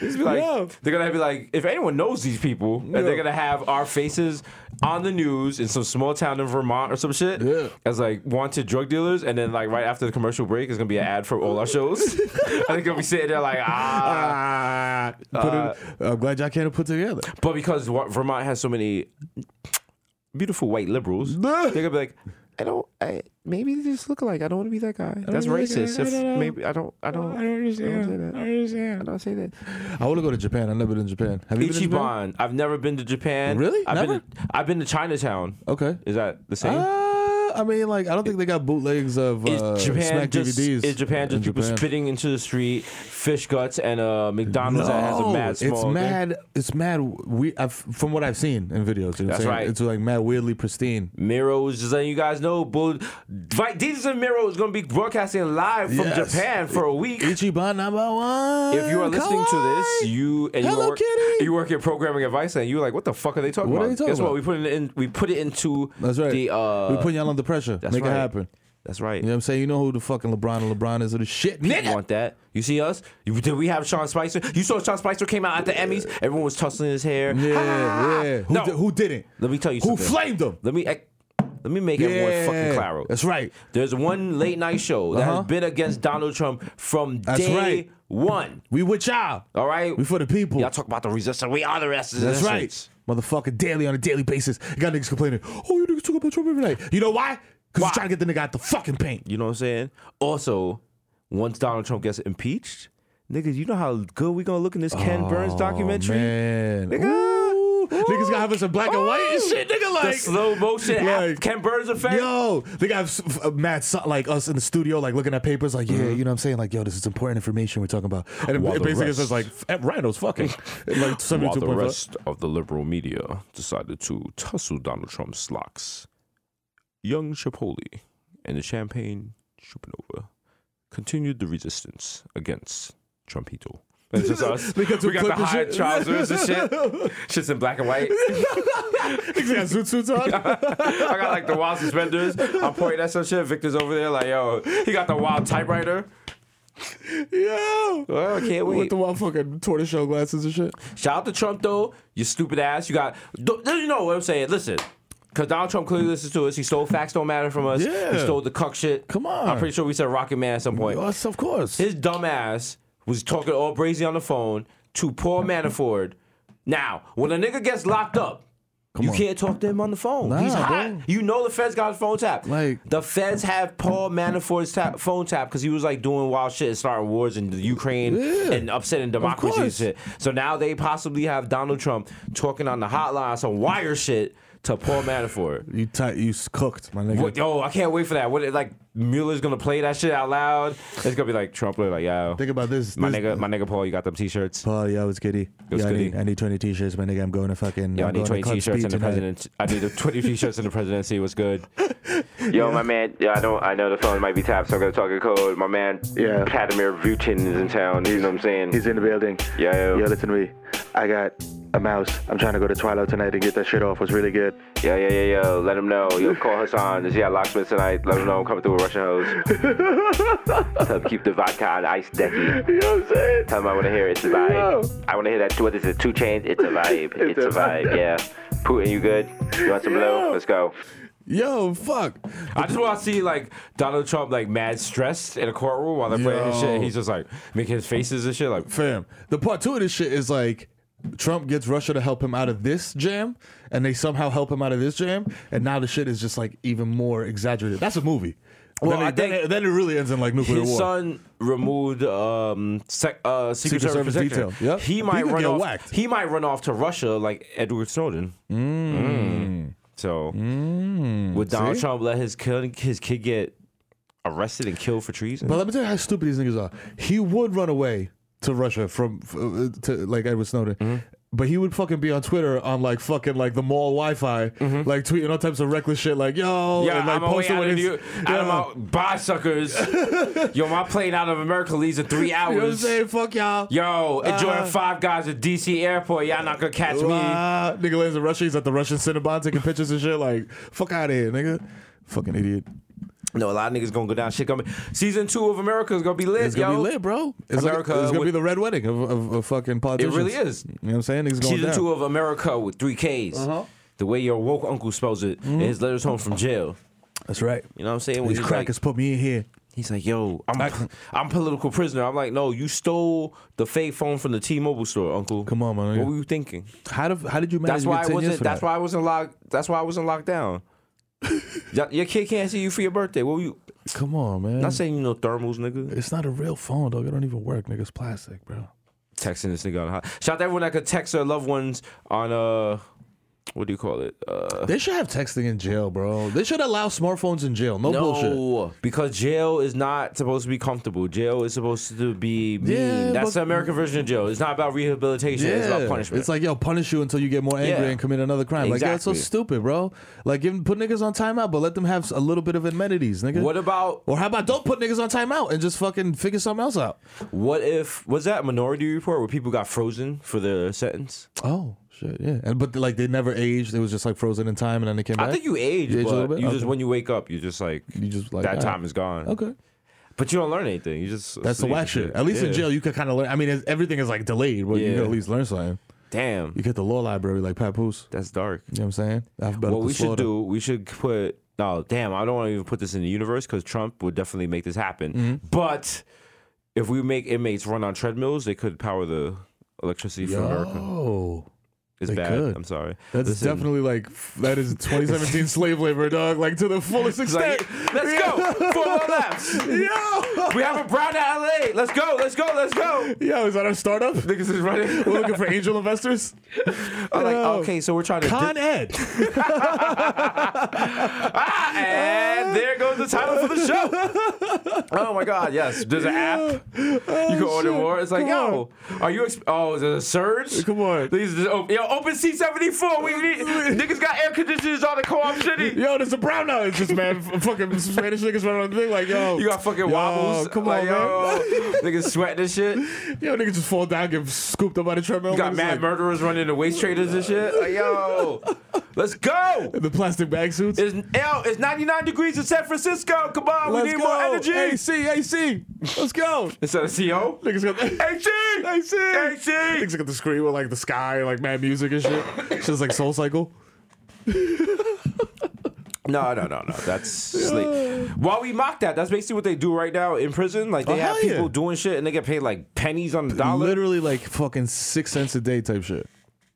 It's be like, Yeah. They're gonna be like, if anyone knows these people, and they're gonna have our faces on the news in some small town in Vermont or some shit Yeah. as like wanted drug dealers, and then like right after the commercial break, it's gonna be an ad for all our shows. and they're gonna be sitting there like, ah. Ah, put it, I'm glad y'all can't put together. But because wa- Vermont has so many beautiful white liberals, they're gonna be like, I don't. I, maybe they just look alike. I don't want to be that guy. That's racist. if maybe I don't. I don't. I don't understand. I don't say that. I, don't say that. I want to go to Japan. I've never been to Japan. Have you been to Japan? Ichiban. I've never been to Japan. Really? I've Never? Been to, I've been to Chinatown. Okay. Is that the same? Uh, I mean, like, I don't think they got bootlegs of is uh, Japan Smack just DVDs. is Japan just in people spitting into the street, fish guts, and a McDonald's that has a No, mad small. it's thing? mad. It's mad. We I've, from what I've seen in videos. You know what I'm That's saying? right. It's like mad, weirdly pristine. Miro's just letting you guys know, bull. Jesus and Miro is going to be broadcasting live from Yes. Japan for a week. Ichiban number one. if you are Come listening to this, on! you and Hello you work, Kitty! you work in programming advice, and you're like, "What the fuck are they talking What are about?" they talking Guess about? what? We put it in. We put it into. That's right. The, uh, we put y'all under pressure. that's Make right. it happen. That's right. You know what I'm saying? You know who the fucking LeBron and LeBron is of the shit. You want that? You see us? You, did we have Sean Spicer? You saw Sean Spicer came out at the Emmys. Everyone was tussling his hair. Yeah, Ah! yeah. Who, No. di- who didn't? Let me tell you Who something. flamed him? Let me let me make everyone fucking claro. That's right. There's one late night show that Uh-huh. has been against Donald Trump from That's day right. one. We with y'all. All right, We for the people. Y'all talk about the resistance. We are the resistance. That's right. Motherfucker, daily on a daily basis. You got niggas complaining. Oh, you niggas talk about Trump every night. You know why? Because Why? he's trying to get the nigga out the fucking paint. You know what I'm saying? Also, once Donald Trump gets impeached, niggas, you know how good we gonna look in this Ken Burns documentary. Oh, Man. Nigga. Ooh. Niggas gonna have us in black and white and Ooh. shit, nigga. Like the slow motion like- app- Ken Burns effect. Yo, they got s- f- uh, mad so- like us in the studio, like looking at papers, like yeah, you know what I'm saying, like yo, this is important information we're talking about, and it, Mm-hmm. While it the basically rest- says like F- eh, Rhino's fucking like While 72 the point rest of the liberal media decided to tussle Donald Trump's locks, young Tripoli and the Champagne Supernova continued the resistance against Trumpito. It's just us. They we got got to clip the and high shit. trousers and shit. Shit's in black and white. Niggas got zoot suits on. I got like the wild suspenders. I'm pointing at some shit. Victor's over there like, yo, he got the wild typewriter. yo, Well, I can't with wait. the motherfucking tortoiseshell glasses and shit. Shout out to Trump though. You stupid ass. You got. do you know what I'm saying? Listen. Because Donald Trump clearly listens to us. He stole Facts Don't Matter from us. He Yeah. stole the cuck shit. Come on. I'm pretty sure we said Rocket Man at some point. Yes, of course. His dumb ass was talking all brazy on the phone to poor Manafort. Now, when a nigga gets locked up, you on. can't talk to him on the phone. Nah, He's bro. hot. You know the feds got his phone tapped. Like- the feds have Paul Manafort's tap, phone tapped because he was like doing wild shit and starting wars in the Ukraine Yeah. and upsetting democracy and course. shit. So now they possibly have Donald Trump talking on the hotline some wire shit to Paul Manafort. you tight, you s- cooked, my nigga. What, yo, I can't wait for that. What it- like Mueller's gonna play that shit out loud? It's gonna be like Trump like yo. Think about this. My this- nigga, my nigga Paul, you got them t-shirts. Paul, yo, it's Kitty. Yo, it's yeah, I need, Goody. I need 20 t-shirts, my nigga. I'm going to fucking. Yo, I'm I need going to 20 Club t-shirts Speed in the tonight. president. I need the 20 t-shirts in the presidency. What's good? Yo, my man. Yeah, I don't. I know the phone might be tapped, so I'm gonna talk in code. My man, Yeah. Vladimir Putin is in town. You know what I'm saying? He's in the building. Yeah, yeah. Yo, listen to me. I got a mouse. I'm trying to go to Twilight tonight and get that shit off. It's really good. yeah, yeah, yeah, yeah. Let him know. Yo, call Hassan. Is he at locksmith tonight? Let him know I'm coming through with Russian hose. Tell him keep the vodka on ice, decky. You know what I'm saying? Tell him I want to hear it's a vibe. I want to hear that. What is it? Two chains? It's a vibe. It's, a vibe. Yeah. Putin, you good? You want some blow? Let's go. Yo, fuck. I just want to see like Donald Trump like mad stressed in a courtroom while they're playing his Yo. shit. and He's just like making his faces and shit. Like Fam, the part two of this shit is like Trump gets Russia to help him out of this jam, and they somehow help him out of this jam, and now the shit is just like even more exaggerated. That's a movie. Well, then, I it, then, think it, then it really ends in like nuclear his war. son removed um sec, uh, Secret, Secret Service, Service detail. detail. Yep. He He might could run get off. whacked. He might run off to Russia like Edward Snowden. Mm. So would Donald Mm. See? Trump let his kid his kid get arrested and killed for treason? But let me tell you how Mm-hmm. stupid these niggas are. He would run away to Russia from f- uh, to like Edward Snowden But he would fucking be on Twitter on like fucking like the mall Wi-Fi, like tweeting all types of reckless shit, like yo, Mm-hmm. Yeah, and like I'm away out when of New it's- York. I'm out. Bye, suckers. Yo, my plane out of America leaves in three You know what I'm hours. saying? Fuck y'all. Yo, enjoying Uh, five guys at DC airport. Y'all not gonna catch me. Wow. Nigga lands in Russia. He's at the Russian Cinnabon taking pictures and shit. Like, fuck out of here, nigga. Fucking idiot. No, a lot of niggas gonna go down. Shit coming. Season two of America is gonna be lit, It's yo. gonna be lit, bro. It's, America like, it's gonna would- be the red wedding of, of, of fucking politicians. really is. You know what I'm saying? Niggas going Season down. Uh-huh. two of America with three Ks. The way your woke uncle spells it in his letters home from jail. That's right. You know what I'm saying? When Mm-hmm. These he's crackers like- put me in here. He's like, yo, I'm I- I'm political prisoner. I'm like, no, you stole the fake phone from the T-Mobile store, Uncle. Come on, my nigga. What were you thinking? How, do, how did you manage That's to why get I 10 years wasn't. for That's that? why I wasn't locked. That's why I wasn't locked down. Y- your kid can't see you for your birthday. What were you? Come on, man. Not saying you know thermals, nigga. it's not a real phone, dog. It don't even work, nigga. It's plastic, bro. Texting this nigga on hot. Shout out to everyone that could text their loved ones on uh, what do you call it? Uh, They should have texting in jail, bro. They should allow smartphones in jail. No, bullshit. Oh, because jail is not supposed to be comfortable. Jail is supposed to be mean. Yeah, That's but- the American version of jail. It's not about rehabilitation. It's about punishment. It's like, yo, punish you until you get more angry Yeah. and commit another crime. Like, yo, it's so Exactly. stupid, bro. Like, give, put niggas on timeout, but let them have a little bit of amenities, nigga. What about- Or how about don't put niggas on timeout and just fucking figure something else out? what if was that Minority Report where people got frozen for their sentence? Oh shit, yeah. And but like they never aged. It was just like frozen in time, and then they came back. I think you age, You age a but little bit? you just Okay. when you wake up, you just like You just like, that alright. time is gone. Okay, but you don't learn anything. You just that's the asleep whack and shit. At least in Yeah. jail, you could kind of learn. I mean, it's- everything is like delayed, but you Yeah. could at least learn something. Damn, You get the law library like Papoose. that's dark. You know what I'm saying? Alphabetical What we should slaughter. do, we should put. No, damn, I don't want to even put this in the universe because Trump would definitely make this happen. Mm-hmm. But if we make inmates run on treadmills, they could power the electricity for America. Oh, It's they bad. could. I'm sorry. that's Listen, definitely like f- that is 2017 slave labor, dog. Like to the fullest it's like, extent. let's go. Four more laps. Yo, We have a brown out LA. Let's go. Let's go. Let's go. yo, is that our startup? Niggas is running. We're looking for angel investors. I'm like, Yo. okay, so we're trying to. Con Ed. Ah, and there goes the title for the show. oh my God! Yes, there's an app. You can order more. It's like, Oh, Come on. yo, are you? Exp- oh, is it a surge? Come on. These is op- yo, open C seventy four. We need niggas got air conditioners on the co-op city. Yo, there's a brown out. It's just man, f- fucking Spanish niggas running on the thing like yo. You got fucking yo, wobbles. Come Like, on, yo, man. niggas sweating and shit. Yo, niggas just fall down, get scooped up by the treadmill. You got niggas mad like, murderers running the waist traders and shit. Like, yo, let's go. in the plastic bag suits. It's, yo, it's 99 degrees in San Francisco. Come on, we Let's need go. more energy. AC, AC. Let's go. Instead of CO. niggas got AC! AC. AC! Niggas got the screen with like the sky, like mad music and shit. Shit's like Soul Cycle. No, no, no, no. That's sleep. While we mock that, that's basically what they do right now in prison. Like they Oh, have hell yeah. people doing shit and they get paid like pennies on the dollar. Literally like fucking six cents a day type shit.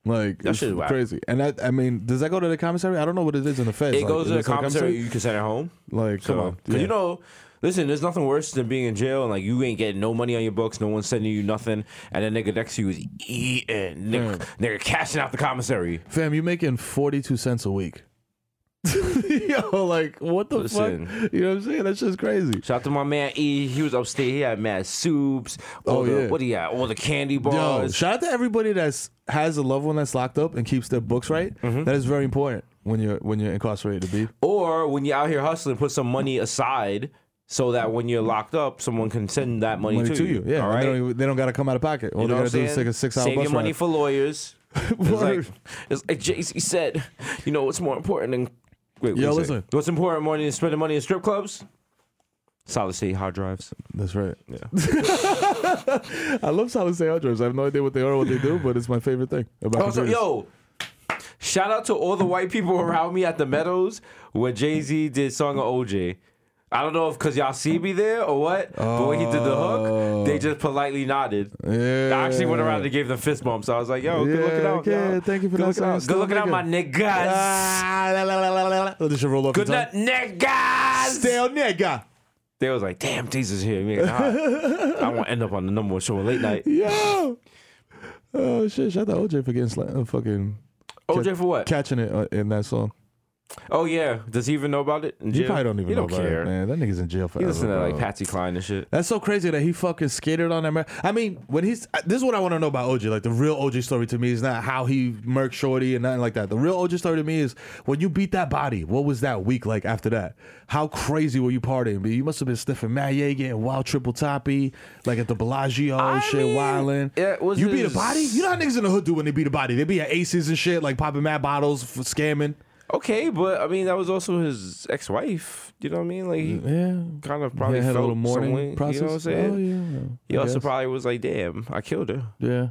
Like That it's shit is whack. crazy, and I, I mean, does that go to the commissary? I don't know what it is in the Fed. It goes to the commissary. You can send it home. Like, come on. 'cause Yeah. You know, listen. There's nothing worse than being in jail and like you ain't getting no money on your books. No one's sending you nothing, and the nigga next to you is eating. Nigga, Hmm. nigga cashing out the commissary. Fam, you making 42 cents a week. Yo, like, what the Listen. fuck? You know what I'm saying? That's just crazy. Shout out to my man E. He was upstairs. He had mad soups. All Oh, the, yeah. What do you got? All the candy Yo, bars. shout out to everybody that's has a loved one that's locked up and keeps their books right. Mm-hmm. That is very important when you're when you're incarcerated to be. or when you're out here hustling, put some money aside so that when you're locked up, someone can send that money, Money to you. Yeah. All and right. They don't, even- they don't gotta come out of pocket. All You they know what gotta I'm do is saying? take a six hour Save bus your money ride. for lawyers. it's like Word. it's like JC said. You know what's more important than Yo, wait? wait a listen. second. What's important more than spending money in strip clubs? Solid state hard drives. That's right. Yeah. I love solid state hard drives. I have no idea what they are or what they do, but it's my favorite thing about Also, computers. yo. Shout out to all the white people around me at the Meadows when Jay Z did song of OJ. I don't know if cause y'all see me there or what, but when he did the hook, they just politely nodded. Oh. Yeah. I actually went around and gave them fist bumps. I was like, "Yo, good looking Yeah, out, yeah, y'all. thank you for good that looking song, out, still good looking out, my niggas. Ah, la, la, la, la, la, la. Let this shit roll off Good the tongue. night, niggas. Stale nigga. They was like, damn, Jesus here. Man, I want to end up on the number one show on late night. Yo. Oh shit! Shout out OJ for getting sla- uh, fucking OJ for what? catching it uh, in that song. Oh yeah, does he even know about it? You probably don't even he know don't about care. it, man. That nigga's in jail He forever. listen to like bro. Patsy Cline and shit. That's so crazy that he fucking skated on that. Mer- I mean, when he's uh, this is what I want to know about OG. Like the real OG story to me is not how he murked Shorty and nothing like that. The real OG story to me is when you beat that body. What was that week like after that? How crazy were you partying? But you must have been sniffing Mad Ye, getting wild triple toppy, like at the Bellagio, I shit, mean, wilding. it was you beat a his- body. You know how niggas in the hood do when they beat a body. They be at aces and shit, like popping mad bottles, f- scamming. Okay, but I mean that was also his ex-wife. You know what I mean? Like he Yeah. kind of probably Yeah, felt some way, You know what I'm saying? Oh, yeah. He I also guess. probably was like, "Damn, I killed her." Yeah.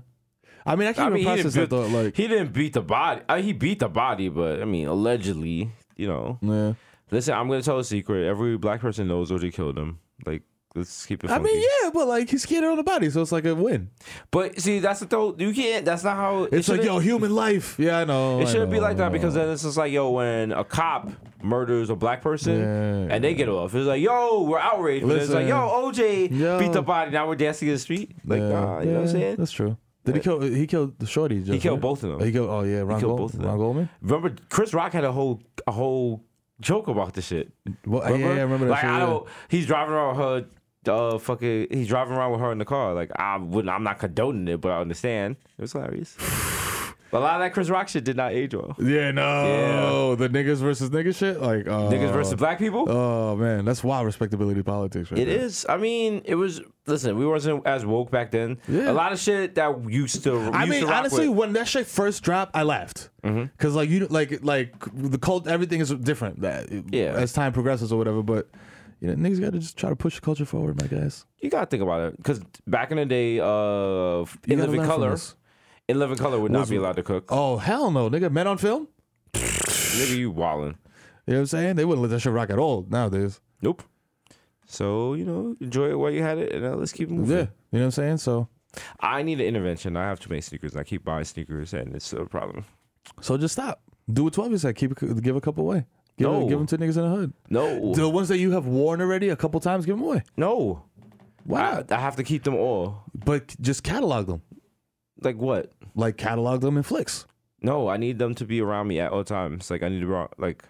I mean, I I can't mean, even he didn't, process beat, that thought. Like, he didn't beat the body. Uh, he beat the body, but I mean, allegedly, you know. yeah. Listen, I'm gonna tell a secret. Every black person knows OG killed him. Like, let's keep it. I Funky. mean, yeah, but like he's skated on the body, so it's like a win. But see, that's the throw. You can't. That's not how. it It's like, shouldn't- yo, human life. Yeah, I know. It I shouldn't be know, like I that because know. then it's just like, yo, when a cop murders a black person Yeah. and they get off, it's like, yo, we're outraged. But it's like, Listen. yo, OJ Yo. beat the body. Now we're dancing in the street. Like, Yeah, nah, you know what I'm yeah, saying? That's true. Did he kill? He killed the shorty. Just, killed right? both of them. He killed. Oh yeah, Ron, Gold, killed both of them. Ron Goldman. Remember, Chris Rock had a whole a whole joke about this shit. Well, yeah, yeah, I remember that. Like, shit, I yeah. don't. He's driving around with her. Uh, fucking. He's driving around with her in the car. Like, I wouldn't. I'm not condoning it, but I understand. It was hilarious. But a lot of that Chris Rock shit did not age well. Yeah, no, the niggas versus niggas shit. Like uh, Niggas versus black people. Oh man, that's wild respectability politics. Right It there. is. I mean, it was. Listen, we wasn't as woke back then. Yeah. A lot of shit that we used to. I used mean, to rock honestly, with. Mm-hmm. when that shit first dropped, I laughed because like you like like the cult, everything is different. That Yeah. as time progresses or whatever. But you know, niggas got to just try to push the culture forward, my guys. you gotta think about it, because back in the day, uh, in gotta living learn from color, this. in living color would not Was- be allowed to cook. Oh hell no, nigga, men on film. Nigga, you wildin'. You know what I'm saying? They wouldn't let that shit rock at all nowadays. Nope. So you know, enjoy it while you had it, and uh, let's keep moving. Yeah, you know what I'm saying. So, I need an intervention. I have too many sneakers. and I keep buying sneakers, and it's a problem. so just stop. Do what 12 you said. Keep a- give a couple away. Give, No. give them to niggas in the hood. No, The ones that you have worn already a couple times, give them away. no. Why I, not? I have to keep them all. But just catalog them, Like what? like catalog them in flicks. No, I need them to be around me at all times. Like I need to be around, like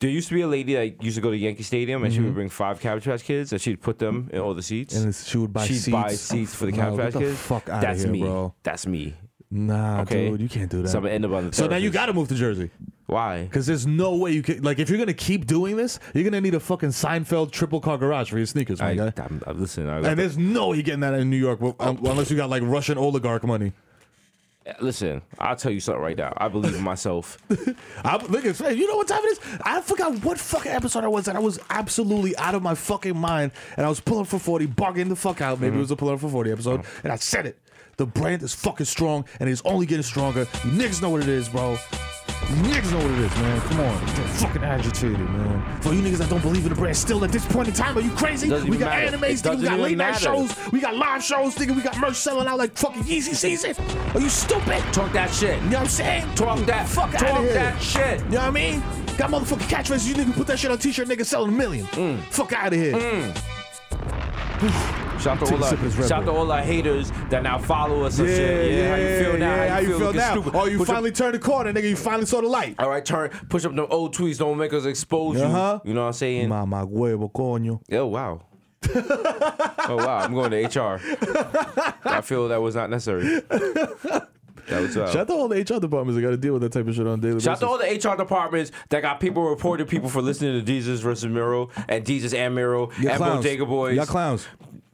there used to be a lady that used to go to Yankee Stadium and she would bring five Cabbage Patch Kids and she'd put them in all the seats. Mm-hmm. And it's- she would buy she'd seats. buy seats for the No, Cabbage get Patch the Kids. fuck outta That's here, me. bro. That's me. Nah, Okay, dude, you can't do that. So I'm gonna end up on the. So now you therapist. got to move to Jersey why? because there's no way you can. Like, if you're gonna keep doing this, you're gonna need a fucking Seinfeld triple car garage for your sneakers, my I, guy. I'm, I'm, listen, I, And there's no way you're getting that in New York well, um, unless you got like Russian oligarch money. listen. I'll tell you something right now. I believe in myself. I, look, it's- you know what time it is? I forgot what fucking episode I was at. I was absolutely out of my fucking mind, and I was pulling for forty, bargaining the fuck out. Maybe Mm-hmm. it was a pulling for forty episode, and I said it. The brand is fucking strong, and it's only getting stronger. You niggas know what it is, bro. You niggas know what it is, man. Come on, Get fucking agitated, man. For you niggas that don't believe in the brand, still at this point in time, are you crazy? Doesn't We even got matter. animes, nigga. It We doesn't got even late night matter. shows. We got live shows, nigga. We got merch selling out like fucking Yeezy season. Are you stupid? Talk that shit. You know what I'm saying? Talk that. fuck Talk outta here. that shit. You know what I mean? Got motherfucking catchphrases. You nigga put that shit on a t-shirt, nigga selling a million. Mm. Fuck out of here. Shout out to Take all a sip of our, this Red shout out to Bull. all our haters that now follow us and shit. Yeah, how you feel now? yeah, how you feel, looking now? Stupid. Oh, you Put your- finally turned the corner, nigga. You finally saw the light. All right, turn, push up them old tweets. Don't make us expose Uh-huh. you. You know what I'm saying? Mama huevo coño. Oh wow. oh wow. I'm going to HR. I feel that was not necessary. That was uh, Shout out to all the HR departments that got to deal with that type of shit on a daily Shout out basis. to all the HR departments that got people reported people for listening to Jesus versus Miro and Jesus and Miro Y'all and Bodega Boys. Y'all clowns.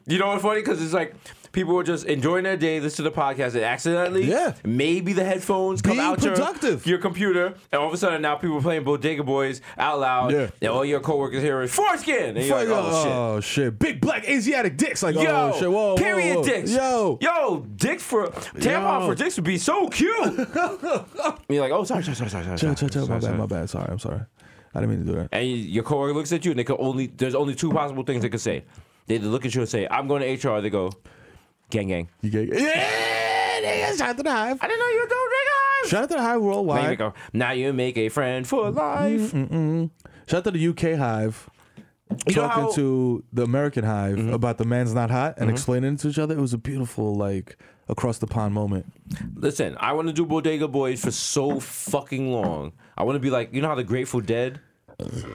You know what's funny? Because it's like people were just enjoying their day, listen to the podcast, and accidentally, Yeah. maybe the headphones come Being out productive. Your, your computer, and all of a sudden now people are playing Bodega Boys out loud, Yeah. and all your coworkers hearing foreskin, and you're like, Fuck, oh, shit. oh, shit. Big black Asiatic dicks. Like, Yo, oh, shit. Whoa, whoa, period whoa. dicks. Yo. yo, dick for tampon Yo. for dicks would be so cute. and you're like, oh, sorry, sorry, sorry, sorry, sorry, Chill, chill, sorry, chill. My bad, sorry, sorry. my bad. Sorry, I'm sorry. I didn't mean to do that. And you- your coworker looks at you, and they could only there's only two possible things they could say. They either look at you and say, "I'm going to HR." They go, "Gang, gang." You get, yeah, nigga. Shout out to the hive. I didn't know you were doing that. Shout out to the hive Now you, worldwide. make a, now you make a friend for life. Shout out to the UK Hive. You know talking how- Mm-hmm. to the American Hive about the man's not hot and explaining it to each other. It was a beautiful like across the pond moment. Listen, I want to do Bodega Boys for so fucking long. I want to be like, you know how the Grateful Dead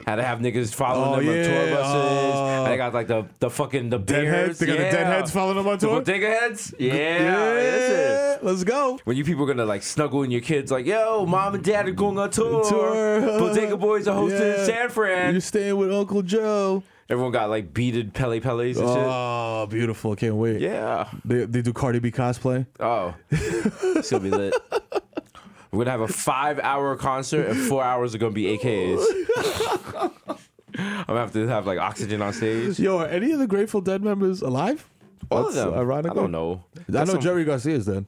had to have niggas following Oh, them on tour yeah, buses. oh. and they got like the the fucking the Deadheads? beards. They got the yeah. Deadheads following them on The tour? Bodega heads. Yeah, listen. Yeah, let's go. When you people are gonna like snuggle and your kids like, yo, mom and dad are going on tour. Tour. Bodega Boys are hosting in San You're Fran. staying with Uncle Joe. Everyone got like beaded pele peles and shit. Oh, beautiful! Can't wait. Yeah. They, they do Cardi B cosplay. Oh, it's gonna be lit. We're gonna have a five-hour concert, and four hours are gonna be AKs. I'm gonna have to have like oxygen on stage. Yo, are any of the Grateful Dead members alive? All That's of them. ironical. I don't know. I know Some- Jerry Garcia's dead.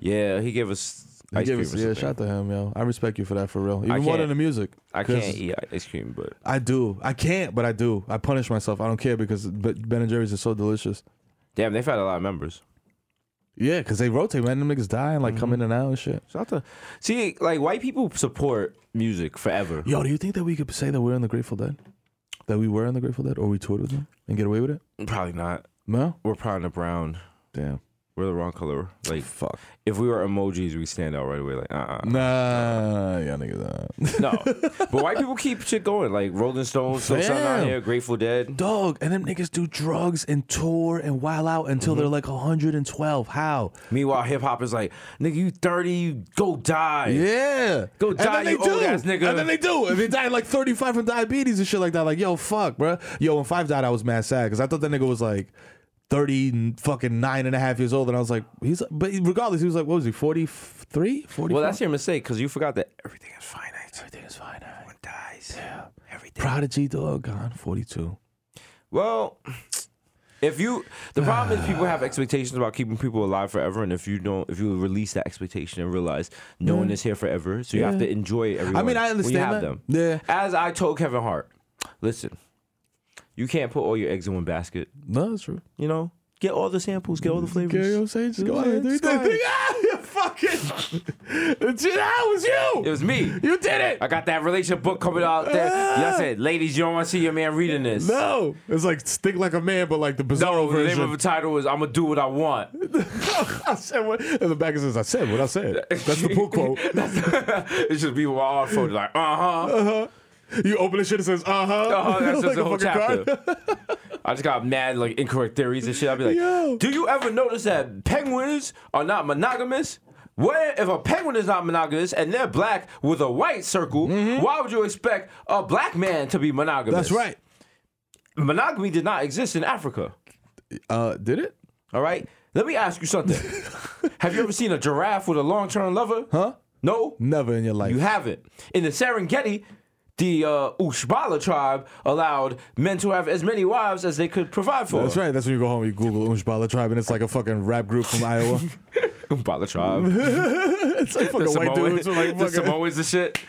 Yeah, he gave us He ice gave cream. us- or yeah, something. shout to him, yo. I respect you for that for real. Even more can't- than the music. I 'Cause can't eat ice cream, but I do. I can't, but I do. I punish myself. I don't care because but Ben and Jerry's is so delicious. damn, they've had a lot of members. Yeah, because they rotate, man. Them niggas die and like come in and out and shit. Shout to see, like white people support music forever. Yo, do you think that we could say that we're in the Grateful Dead? That we were in the Grateful Dead or we toured with them and get away with it? Probably not. No? We're probably the brown. Damn. We're the wrong color. Like Fuck. if we were emojis, we stand out right away. Like uh uh Nah, y'all niggas. Nah. No. but white people keep shit going. Like Rolling Stones, still sound out Fam. here, Grateful Dead. Dog, and them niggas do drugs and tour and wild out until they're like 112. How? Meanwhile, hip hop is like, nigga, you 30, you go die. Yeah. Go and die, then they you do. old-ass nigga. And then they do. And they die at like 35 from diabetes and shit like that. Like, yo, fuck, bruh. Yo, when Five died, I was mad sad because I thought that nigga was like 30 and fucking nine and a half years old. And I was like, he's, but regardless, he was like, what was he, 43? 44? Well, that's your mistake because you forgot that everything is finite. Everything is fine. all right. Everyone dies. Everything. Prodigy, dog, gone, 42. Well, if you, the problem is people have expectations about keeping people alive forever, and if you don't, if you release that expectation and realize no one is here forever, so you have to enjoy everyone. Mm. I when you understand have that. them. Yeah. As I told Kevin Hart, listen, you can't put all your eggs in one basket. No, that's true. You know, get all the samples, get all the flavors. You know what I'm saying? Just go out and do your Just go thing. Ah, you fucking. that was you. It was me. You did it. I got that relationship book coming out there. Yeah, I said, ladies, you don't want to see your man reading this. No, it's like stick like a man, but like the bizarro No, the name version. of the title is I'm gonna do what I want. I said what, and the back it says I said what I said. That's the pull quote. it's just people all photo like, uh huh, Uh-huh. You open this shit, it says uh huh. uh huh. That's just the whole chapter. I just got mad like incorrect theories and shit. I'd be like, Yo. do you ever notice that penguins are not monogamous? What if a penguin is not monogamous and they're black with a white circle? Why would you expect a black man to be monogamous? Mm-hmm. That's right. Monogamy did not exist in Africa. Uh, did it? All right. Let me ask you something. Have you ever seen a giraffe with a long-term lover? Huh? No. Never in your life. You haven't. In the Serengeti, the uh, Ushbala tribe allowed men to have as many wives as they could provide for. That's right. That's when you go home. You Google Unshbala tribe, and it's like a fucking rap group from Iowa. Ushbala tribe. it's like The fucking white Samoans, dudes. with, Like the fucking, Samoans and shit.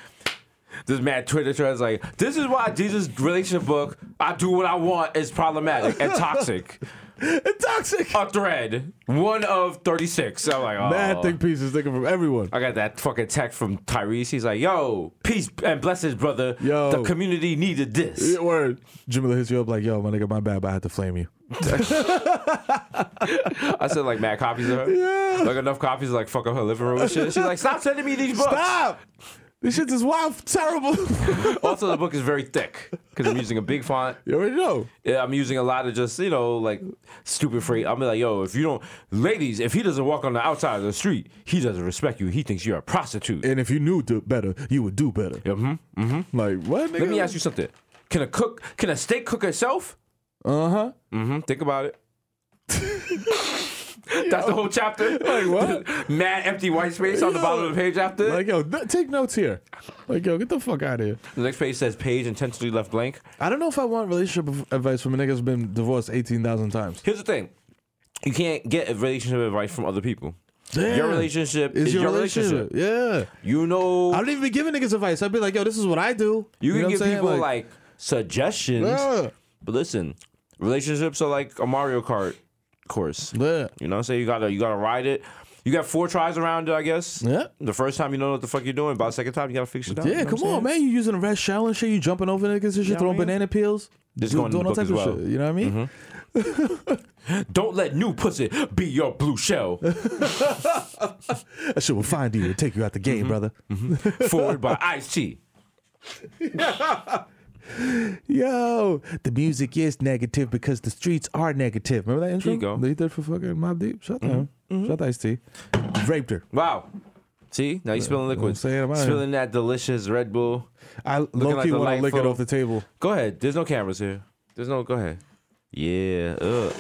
This mad Twitter trend's like, this is why Jesus' relationship book, I do what I want, is problematic and toxic. it's toxic. a thread, one of 36. I'm like, oh. Mad think pieces thinking from everyone. I got that fucking text from Tyrese. He's like, "Yo, peace and blessings, brother. Yo. The community needed this." Yeah, Word. Jamila hits you up like, yo, my nigga, my bad, but I had to flame you. I sent like mad copies of her. Yeah. Like enough copies, to, like fuck up her living room and shit. She's like, "Stop sending me these books." Stop. This shit's is wild, terrible. Also, the book is very thick because I'm using a big font. you already know. Yeah, I'm using a lot of just you know like stupid phrase. I'm like, "Yo, if you don't, ladies, if he doesn't walk on the outside of the street, he doesn't respect you. He thinks you're a prostitute." And if you knew do better, you would do better. hmm Like what? Nigga? Let me ask you something. Can a cook? Can a steak cook itself? Uh huh. hmm Think about it. That's the whole chapter. Like what? Mad empty white space on the Yo. bottom of the page after. Like yo, th- take notes here. Like yo, get the fuck out of here. the next page says page intentionally left blank. I don't know if I want relationship av- advice from a nigga who's been divorced eighteen thousand times. Here's the thing. You can't get a relationship advice from other people. Your relationship is, your, relationship. Yeah. You know, I don't even be giving niggas advice. I'd be like, yo, this is what I do. you can know what I'm give saying? people like, suggestions, yeah, but listen, relationships are like a Mario Kart course. yeah. You know what I'm saying? You gotta you gotta ride it. You got four tries around it, I guess. Yeah. The first time you don't know what the fuck you're doing. By the second time, you gotta fix it out. Yeah, come on, man. You using a red shell and shit. You jumping over niggas and shit, I throwing mean- banana peels. This is do, going in doing the all book types as of well. Mm-hmm. shit. You know what I mean? Don't let new pussy be your blue shell. That shit will find you and take you out the Mm-hmm. game, brother. Forward by Ice T. Yo, the music is negative because the streets are negative. Remember that intro? you go. Mm-hmm. That he did for fucking Mob Deep. Shut down. Shut Ice T. Raped her. Wow. See, now you're spilling liquids. saying about it. Spilling that delicious Red Bull. I like low key the want light to lick it photo. off the table. Go ahead. There's no cameras here. There's no. Go ahead. Yeah. Ugh.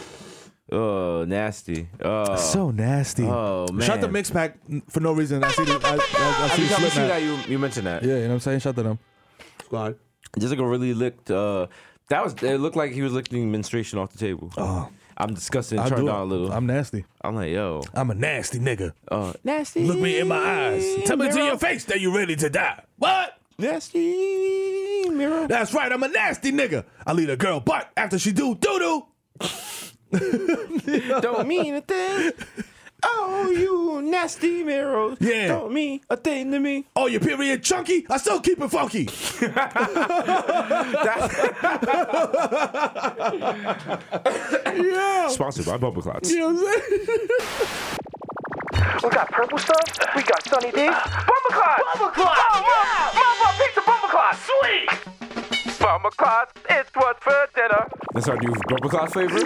Oh, nasty. Oh. So nasty. Oh, man. Shut the mix pack for no reason. I see. The, I, I, I see Every time I see Slipknot. that, you you mentioned that. Yeah, you know what I'm saying. Shut that up. Jessica really licked. Uh, that was. It looked like he was licking menstruation off the table. Oh. I'm disgusting. I Turned do it. on a little. I'm, I'm nasty. like, yo. I'm a nasty nigga. Uh, nasty. Look me in my Mm-hmm. eyes. Tell me to your face that you're ready to die. What? Nasty mirror. That's right. I'm a nasty nigga. I lead a girl, but after she do doo doo. Don't mean a thing. Oh, you nasty mirrors. Yeah. Don't mean a thing to me. Oh, your period chunky? I still keep it funky. yeah. Sponsored by Bubble Clouds. You know what I'm saying? We got purple stuff. We got sunny D. Bumper clots. Bumper clots. Oh, yeah. Mama pizza bumper clots. Sweet. Bumper clots. It's what's for dinner. That's our new Bubble Cloud flavor.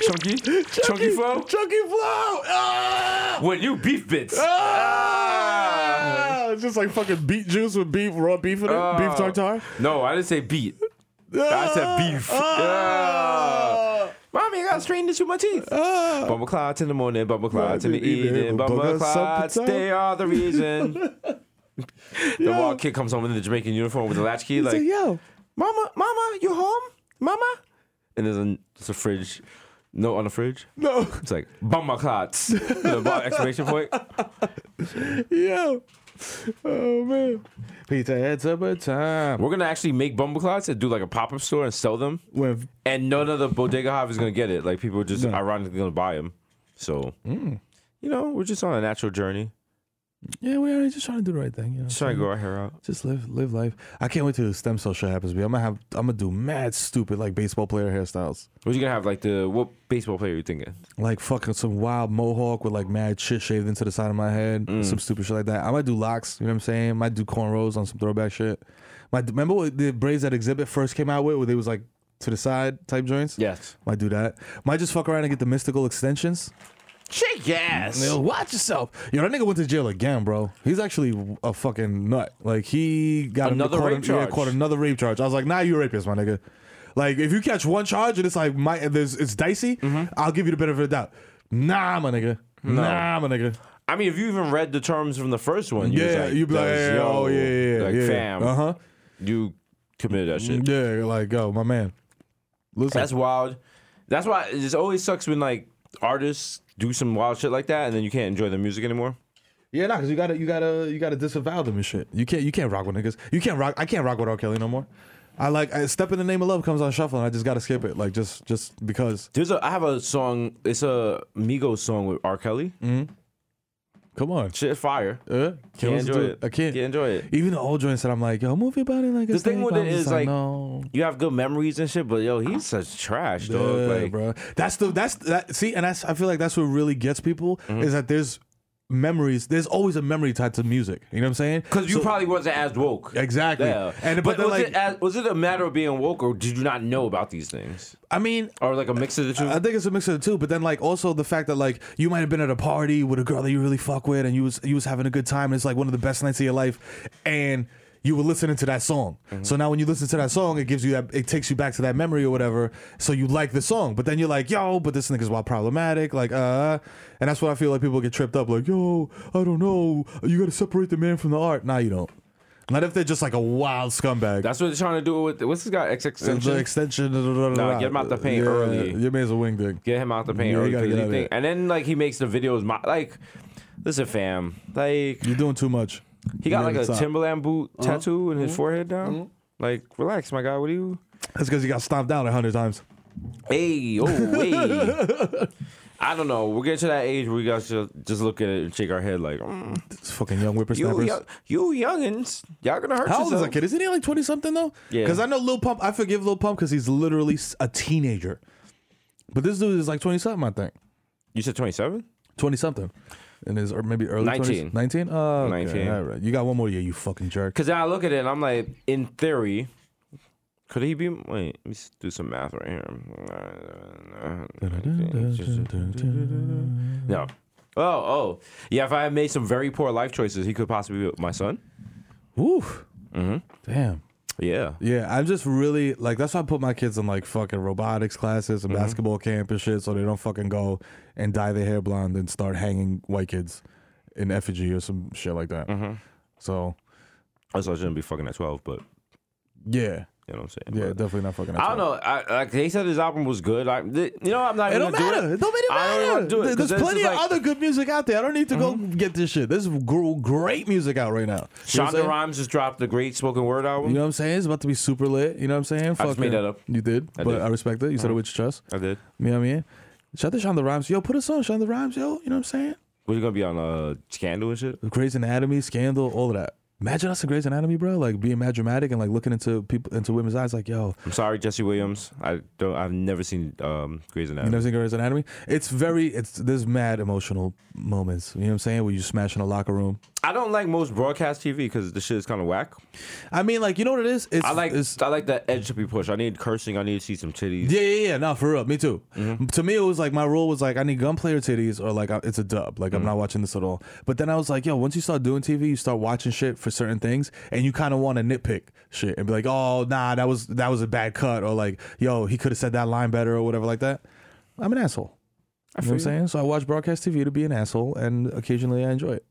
Chunky. Chunky, flow. Chunky flow. Ah! With you beef bits. Ah! It's just like fucking beet juice with beef, raw beef in it, beef tartare. No, I didn't say beat. I said beef. Ah! Mommy, I got strained into my teeth. Ah! Bumble clouds in the morning, bumble clouds in the Right, we need to have evening, a bumble bugger clouds, sometime. they are the reason. the Yo. wild kid comes home in the Jamaican uniform with a latchkey, He like, said, yo, Mama, Mama, you home? Mama? And there's a, there's a fridge. No, on the fridge. no, It's like, bumble clouds. With a bar- exclamation point. yo. Oh, man. Pizza heads up a time. We're going to actually make bumble clouds and do like a pop up store and sell them. When And none of the bodega hive is going to get it. Like, people are just ironically going to buy them. So, you know, we're just on a natural journey. Yeah, we are just trying to do the right thing. You know? Just trying to grow our hair out. Just live, live life. I can't wait till the stem cell shit happens. But I'm gonna have, I'm gonna do mad stupid like baseball player hairstyles, What you gonna have? Like the what baseball player you thinking? like fucking some wild mohawk with like mad shit shaved into the side of my head, some stupid shit like that. I might do locks. You know what I'm saying? Might do cornrows on some throwback shit. Might remember what the braids that Exhibit first came out with, where they was like to the side type joints. Yes. Might do that. Might just fuck around and get the mystical extensions. Shake ass. Yo, watch yourself. Yo, that nigga went to jail again, bro. He's actually a fucking nut. Like he got Another caught, rape Yeah, charge. caught another rape charge. I was like, nah, you a rapist, my nigga. Like if you catch one charge and it's like my there's it's dicey, Mm-hmm. I'll give you the benefit of the doubt. Nah, my nigga. Nah, my nigga. I mean, if you even read the terms from the first one, you was yeah, like, you'd be like, that was, yeah, yo, oh yeah, yeah, yeah, like yeah. fam, uh huh, you committed that shit. yeah, like yo, my man. Listen, That's wild. That's why it just always sucks when like artists do some wild shit like that, and then you can't enjoy the music anymore. yeah, nah, cause you gotta, you gotta, you gotta disavow them and shit. You can't, you can't rock with niggas. You can't rock. I can't rock with R. Kelly no more. I like I, "Step in the Name of Love" comes on shuffle, and I just gotta skip it, like just, just because. There's a I have a song. It's a Migos song with R. Kelly. Mm. Come on, Shit, fire. Uh, Can't listen enjoy to it. I can't. Can't enjoy it. Even the old joints that I'm like, yo, move your body like a The thing snake, with but I'm it just is like no. you have good memories and shit, but yo, he's such trash, dog. Yeah, like, bro. That's the that's that. See, and that's I feel like that's what really gets people Mm-hmm. is that there's memories. There's always a memory tied to music. You know what I'm saying? Because you So- probably wasn't as woke. Exactly. Yeah. And- And but but, they're was, like- it as, was it a matter of being woke, or did you not know about these things, I mean. or like a mix of the two? I think it's a mix of the two, but then like also the fact that like you might have been at a party with a girl that you really fuck with, and you was you was having a good time, and it's like one of the best nights of your life, and you were listening to that song. Mm-hmm. So now when you listen to that song, it gives you that it takes you back to that memory or whatever. So you like the song, but then you're like, yo, but this nigga's wild problematic, like uh, and that's what I feel like people get tripped up, like yo, I don't know, you got to separate the man from the art. Nah, you don't. Not if they're just like a wild scumbag. That's what they're trying to do with what's this guy the XXX. extension. da, da, da, da, Nah, da. get him out the paint Yeah, early. Your man's a wing dick. Get him out the paint Yeah, you early, gotta 'cause get he out of think- there. and then like he makes the videos. My, like, listen, fam. Like You're doing too much. he got You're Uh-huh. like the a top. Timberland boot tattoo in his Mm-hmm. forehead now. Like, relax, my guy. What do you? That's because he got stomped out a hundred times. Hey, oh, hey. I don't know. We're getting to that age where we guys just, just look at it and shake our head like, mm, It's fucking young you, whippersnappers. yo- you youngins, y'all gonna hurt How old is yourself. that kid? Isn't he like 20 something though? Yeah. Because I know Lil Pump, I forgive Lil Pump because he's literally s- a teenager. But this dude is like 20 something, I think. You said 27? 20 something. And is or maybe early 19. 20s. 19? Oh, 19. All right. You got one more year, you fucking jerk. Because I look at it and I'm like, in theory, could he be? Wait, let me s- do some math right here. No. Oh, oh. Yeah, if I had made some very poor life choices, he could possibly be my son. Woof. Mm-hmm. Damn. Yeah. Yeah, I'm just really like that's why I put my kids in like fucking robotics classes Mm-hmm. and basketball camp and shit, so they don't fucking go and dye their hair blonde and start hanging white kids in effigy or some shit like that. Mm-hmm. So Also, Oh, I shouldn't be fucking at 12, but yeah, you know what I'm saying? yeah, But- definitely not fucking. I don't know. I, like they said, this album was good. I, th- you know, I'm not. It even don't gonna matter. Do It don't really I don't matter. wanna do it. 'cause There's this is plenty like- Mm-hmm. of other good music out there. I don't need to go get this shit. There's gr- great music out right now. You know what I'm Shonda saying? Rhimes just dropped the great spoken word album. You know what I'm saying? It's about to be super lit. You know what I'm saying? I just made that up. You did, I but did. Mm-hmm. I respect it. You said it with your chest. I did. You know what I mean? Shout out to Shonda Rhimes. Yo, put us on Shonda Rhimes, yo. You know what I'm saying? Was it gonna be on uh, Scandal and shit? Grey's Anatomy, Scandal, all of that. Imagine us in Grey's Anatomy, bro. Like being mad dramatic and like looking into people into women's eyes, like, yo, I'm sorry, Jesse Williams. I don't. I've never seen um, Grey's Anatomy. you never seen Grey's Anatomy? It's very, it's there's mad emotional moments. You know what I'm saying? Where you smash in a locker room. I don't like most broadcast TV because the shit is kind of whack. I mean, like, you know what it is? It's I like it's, I like that edge to be pushed. I need cursing. I need to see some titties. Mm-hmm. yeah, yeah, yeah. No, for real, me too. To me, it was like my rule was like I need gunplay or titties or like I- it's a dub. Like Mm-hmm. I'm not watching this at all. But then I was like, yo, once you start doing TV, you start watching shit for certain things, and you kind of want to nitpick shit and be like, oh, nah, that was that was a bad cut, or like, yo, he could have said that line better or whatever like that. I'm an asshole. You know what I'm saying? So I watch broadcast TV to be an asshole, and occasionally I enjoy it.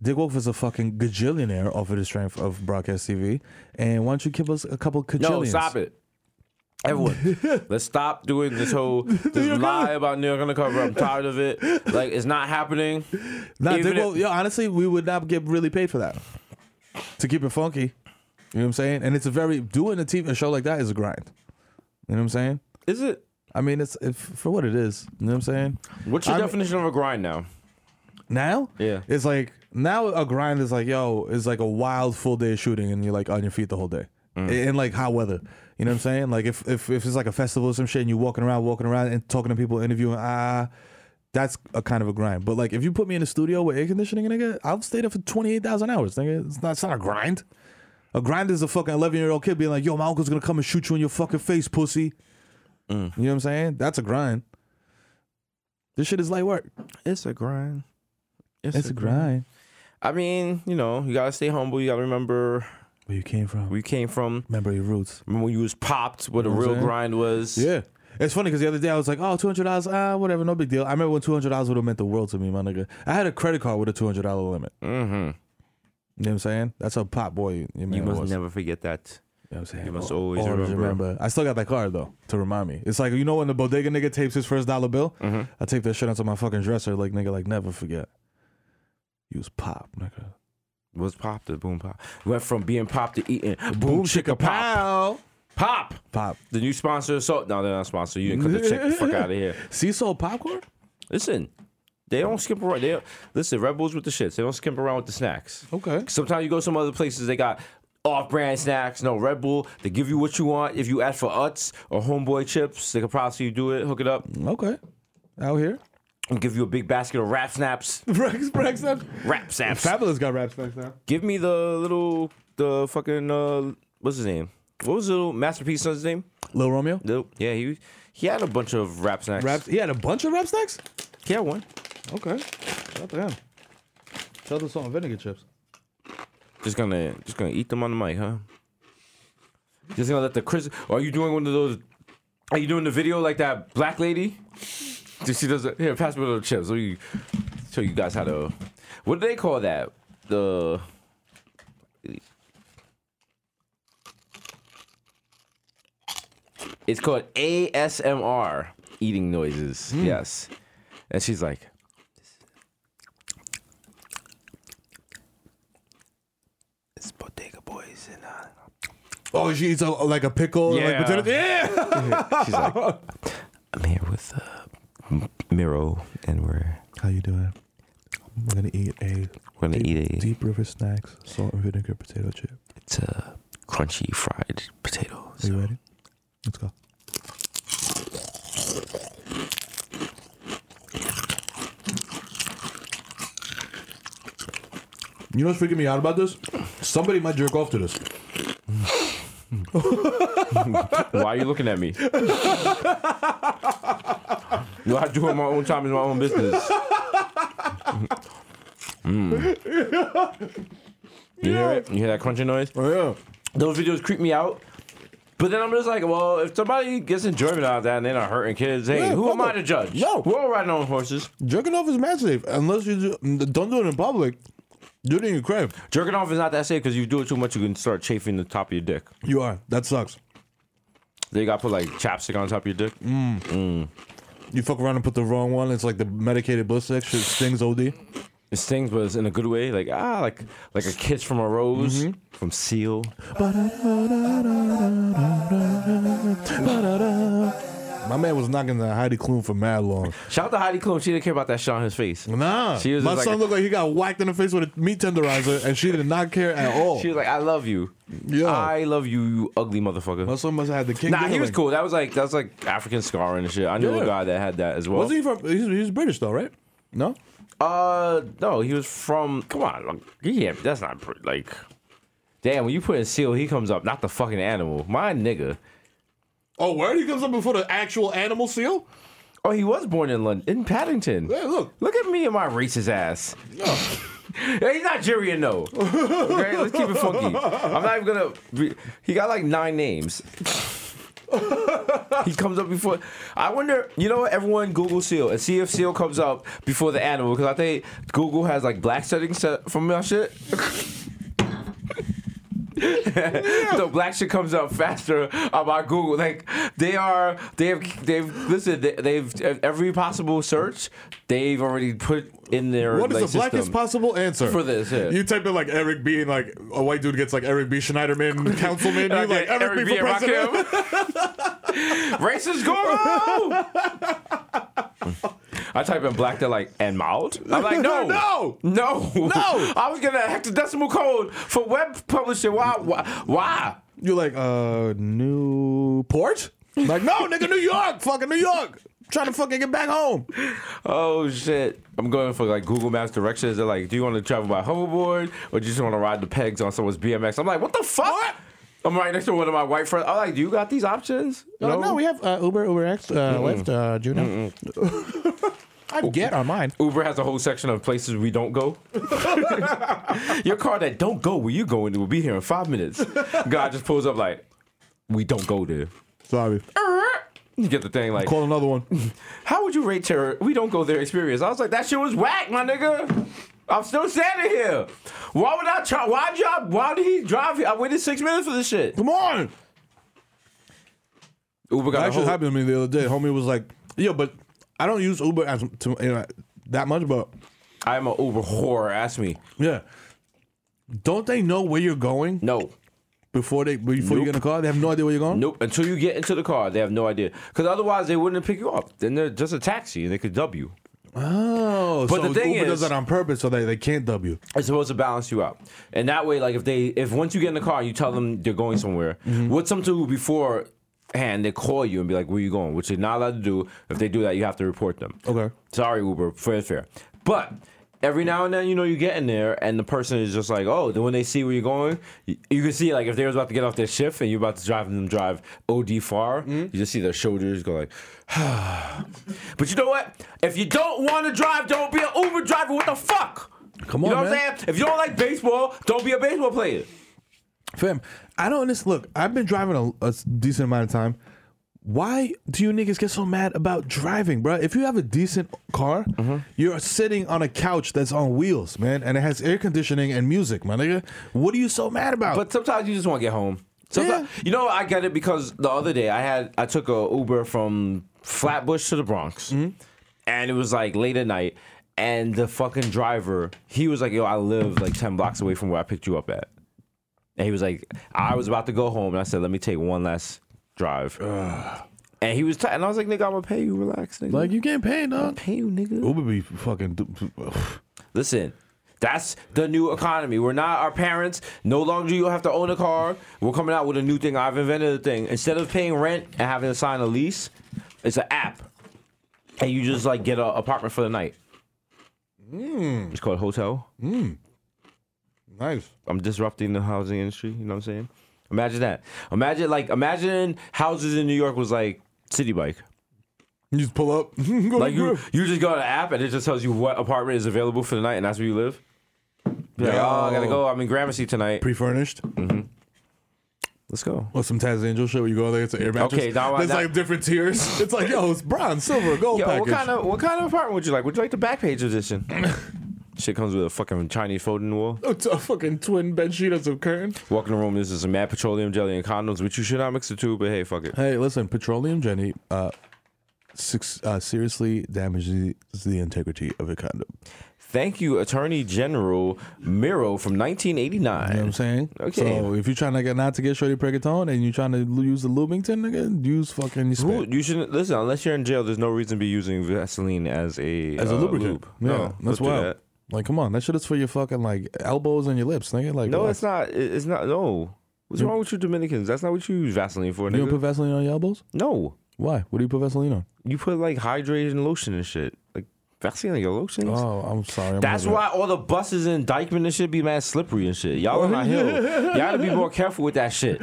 Dick Wolf is a fucking gajillionaire off of the strength of broadcast TV. And why don't you give us a couple gajillions? No, stop it. Everyone, let's stop doing this whole this lie about New York Undercover. I'm tired of it. Like it's not happening. Nah, Even Dick if- Wolf, yo, honestly, we would not get really paid for that. To keep it funky. You know what I'm saying? And it's a very doing a TV a show like that is a grind. You know what I'm saying? Is it? I mean, it's if, for what it is. You know what I'm saying? What's your I'm- definition of a grind now? Now, Yeah. it's like now a grind is like yo, it's like a wild full day of shooting, and you're like on your feet the whole day in like hot weather. You know what I'm saying? Like if if if it's like a festival or some shit, and you're walking around, walking around, and talking to people, interviewing, ah. that's a kind of a grind, but like if you put me in a studio with air conditioning, nigga, I'll stay there for twenty eight thousand hours, nigga. It's not, it's not a grind. A grind is a fucking eleven year old kid being like, "Yo, my uncle's gonna come and shoot you in your fucking face, pussy." You know what I'm saying? That's a grind. This shit is light work. It's a grind. It's a grind. I mean, you know, you gotta stay humble. You gotta remember Where you came from? where you came from. Remember your roots. Remember when you was popped, what a what I'm real saying? grind was. Yeah. It's funny because the other day I was like, oh, $200, ah, whatever, no big deal. I remember when $200 would have meant the world to me, my nigga. I had a credit card with a $200 limit. Mm-hmm. You know what I'm saying? That's a pop boy. You, man You must was. never forget that. You know what I'm saying? you must Al- always remember. I still got that card, though, to remind me. It's like, you know when the bodega nigga tapes his first dollar bill? Mm-hmm. I tape that shit onto my fucking dresser, like, nigga, like, never forget. You was pop, nigga. Was pop to boom pop. Went from being pop to eating boom, chicka pop. Pop. Pop. The new sponsor of Salt. No, they're not sponsor. You didn't cut the check the fuck out of here. Sea salt popcorn? Listen, they don't skip around. They don't, listen, Red Bulls with the shits. They don't skimp around with the snacks. Okay. Sometimes you go some other places. They got off-brand snacks. No Red Bull. They give you what you want. If you ask for Utz or Homeboy chips, they could possibly do it. Hook it up Okay. Out here. and give you a big basket of wrap snaps. Brex, Brex, up. Wrap snaps. Fabulous got raps back now. Give me the little the fucking uh what's his name? What was the little masterpiece son's name? Lil Romeo. Little, yeah, he he had a bunch of rap snacks. Raps. He had a bunch of rap snacks. He had one. Okay. Shout out to him. Shout out to salt and vinegar chips. Just gonna just gonna eat them on the mic, huh? Just gonna let the Chris. Are you doing one of those? Are you doing the video like that black lady? Just she does. it- Here, pass me those chips. Let me show you guys how to. What do they call that? The It's called ASMR eating noises. Yes. And she's like, it's Bodega Boys. And uh, Oh, she eats a, like a pickle. Yeah. Like potato. Yeah. she's like, I'm here with uh, Miro, and we're How you doing? I'm gonna eat a we're gonna deep, eat a deep river snacks salt and vinegar potato chip. it's a crunchy fried potato. Are you ready? Let's go. You know what's freaking me out about this? Somebody might jerk off to this. Why are you looking at me? no, I do it my own time is my own business. Mm. You hear it? You hear that crunching noise? Oh Those videos creep me out. But then I'm just like, well, if somebody gets enjoyment out of that and they're not hurting kids, hey, Yeah, who am fuck I to it. judge? Yo. We're all riding on horses. jerking off is massive. Unless you do, don't do it in public, do it in your crib. Jerking off is not that safe because you do it too much, you can start chafing the top of your dick. You are. That sucks. They got to put like chapstick on top of your dick. Mm-hmm. You fuck around and put the wrong one. It's like the medicated bliss sex shit stings OD. It stings, but it's in a good way. Like ah, like like a kiss from a Mm-hmm. rose from Seal. My man was knocking that Heidi Klum for mad long. Shout out to Heidi Klum. She didn't care about that shit on his face. Nah, She was my just like son a- looked like he got whacked in the face with a meat tenderizer, and she did not care at all. She was like, "I love you. Yeah. I love you, you ugly motherfucker." my son must have had the king. nah, he was dingling. cool. That was like that was like African scarring and shit. I knew Yeah. a guy that had that as well. Wasn't he from? He's, he's British though, right? No, Uh, no, he was from. Come on, like, yeah, that's not pr- like. Damn, when you put in Seal, he comes up, not the fucking animal, my nigga. Oh, where he comes up before the actual animal seal? Oh, he was born in London, in Paddington. Yeah, look. Look at me and my racist ass. Oh. Hey, He's Nigerian, no. Okay, let's keep it funky. I'm not even gonna. Be, he got like nine names. he comes up before. I wonder. You know what? Everyone Google Seal and see if Seal comes up before the animal because I think Google has like black settings set for my shit. so black shit comes up faster about Google. Like they are, they've, they've listen, they, they've every possible search they've already put in their. What is like, the blackest system. possible answer For this, yeah. You type in like Eric B. and like a white dude gets like Eric B. Schneiderman, councilman. You And I like get Eric, B. for and president. Rakim. Racist guru. I type in black, they're like, and mild? I'm like, no. No. No. No. I was getting a hexadecimal code for web publishing. Why? Why? Why? You're like uh Newport. Like no, nigga, New York, fucking New York. Trying to fucking get back home. Oh, shit. I'm going for like Google Maps directions. They're like, do you want to travel by hoverboard or do you just want to ride the pegs on someone's BMX? I'm like, what the fuck? What? I'm right next to one of my white friends. I'm like, do you got these options? No, no, we have uh, Uber, UberX, uh, Lyft, uh, Juno. I get on mine. Uber has a whole section of places we don't go. Your car that don't go where you going will be here in five minutes. God just pulls up like, we don't go there. Sorry. You get the thing like, Call another one. how would you rate terror? We don't go there experience. I was like, that shit was whack, my nigga. I'm still standing here. Why would I try? Why job? Why did he drive here? I waited six minutes for this shit. Come on. Uber got That a actually whole, happened to me the other day. Homie was like, "Yo, but I don't use Uber as to, you know, that much, but I'm an Uber whore. Ask me. yeah, don't they know where you're going No. before they before you Nope. get in the car? They have no idea where you're going. Nope. Until you get into the car, they have no idea. Because otherwise, they wouldn't pick you up. Then they're just a taxi and they could dub you. Oh, But so the thing Uber does is- that on purpose so they they can't dub you. It's supposed to balance you out, and that way, like if they, if once you get in the car, and you tell them they're going somewhere. What some do before hand, they call you and be like, "Where you going?" Which they're not allowed to do. If they do that, you have to report them. Okay. Sorry, Uber, fair is fair. But every now and then, you know, you get in there, and the person is just like, "Oh." Then when they see where you're going, you, you can see like if they was about to get off their shift and you're about to drive them drive OD far, Mm-hmm. you just see their shoulders go like. But you know what? If you don't want to drive, don't be an Uber driver. What the fuck? Come You on, know what man. I'm saying? If you don't like baseball, don't be a baseball player. Fam, I don't understand. Look, I've been driving a, a s- decent amount of time. Why do you niggas get so mad about driving, bro? If you have a decent car, Mm-hmm. you're sitting on a couch that's on wheels, man, and it has air conditioning and music, my nigga. What are you so mad about? But sometimes you just want to get home. Sometimes, Yeah. You know, I get it because the other day I had I took a Uber from Flatbush to the Bronx, Mm-hmm. and it was like late at night, and the fucking driver he was like, "Yo, I live like ten blocks away from where I picked you up at," and he was like, "I was about to go home," and I said, "Let me take one last drive." And he was tight. And I was like, nigga, I'm gonna pay you. Relax, nigga. Like you can't pay, I'll dog. pay you, nigga. Uber be fucking. Listen, that's the new economy. We're not our parents. No longer you'll have to own a car. We're coming out with a new thing. I've invented a thing. Instead of paying rent and having to sign a lease, it's an app. And you just like get an apartment for the night. It's called Hotel. Nice. I'm disrupting the housing industry. You know what I'm saying? Imagine that. Imagine like imagine houses in New York was like City Bike. You just pull up. go Like like you, you just go to the app and it just tells you what apartment is available for the night, and that's where you live. Be like, oh, I gotta Yo. go. I'm in Gramercy tonight. pre-furnished Let's go. or some Taz Angel shit where you go there. It's an air mattress. Okay, now I- There's now- like different tiers. It's like yo, it's bronze, silver, gold Yo, package. what kind of what kind of apartment would you like? Would you like the back page edition? Shit comes with a fucking Chinese folding wall. It's a fucking twin bed sheet and some curtain. Walk in the room. This is some mad petroleum jelly and condoms, which you should not mix the two. But hey, fuck it. Hey, listen, petroleum Jenny. Uh, six, uh, seriously damages the integrity of a condom. Thank you, Attorney General Miro from You know what I'm 1989. saying? Okay. So if you're trying to get not to get shorty pregatone and you're trying to l- use the Lubington, nigga, use fucking your Who- spit. You shouldn't listen unless you're in jail. There's no reason to be using Vaseline as a as a uh, lubricant. lube. Yeah, No, don't that's do wild. that. Like, come on, that shit is for your fucking like elbows and your lips, nigga. Like, No, relax. it's not. it- It's not. No. What's wrong with you Dominicans? That's not what you use Vaseline for, You don't nigga. put Vaseline on your elbows? no. Why? What do you put Vaseline on? You put like hydration lotion and shit. Like Vaseline on your lotions? Oh, I'm sorry. I'm That's not- why all the buses in Dykeman and shit be mad slippery and shit. Y'all on our hill. Y'all gotta be more careful with that shit.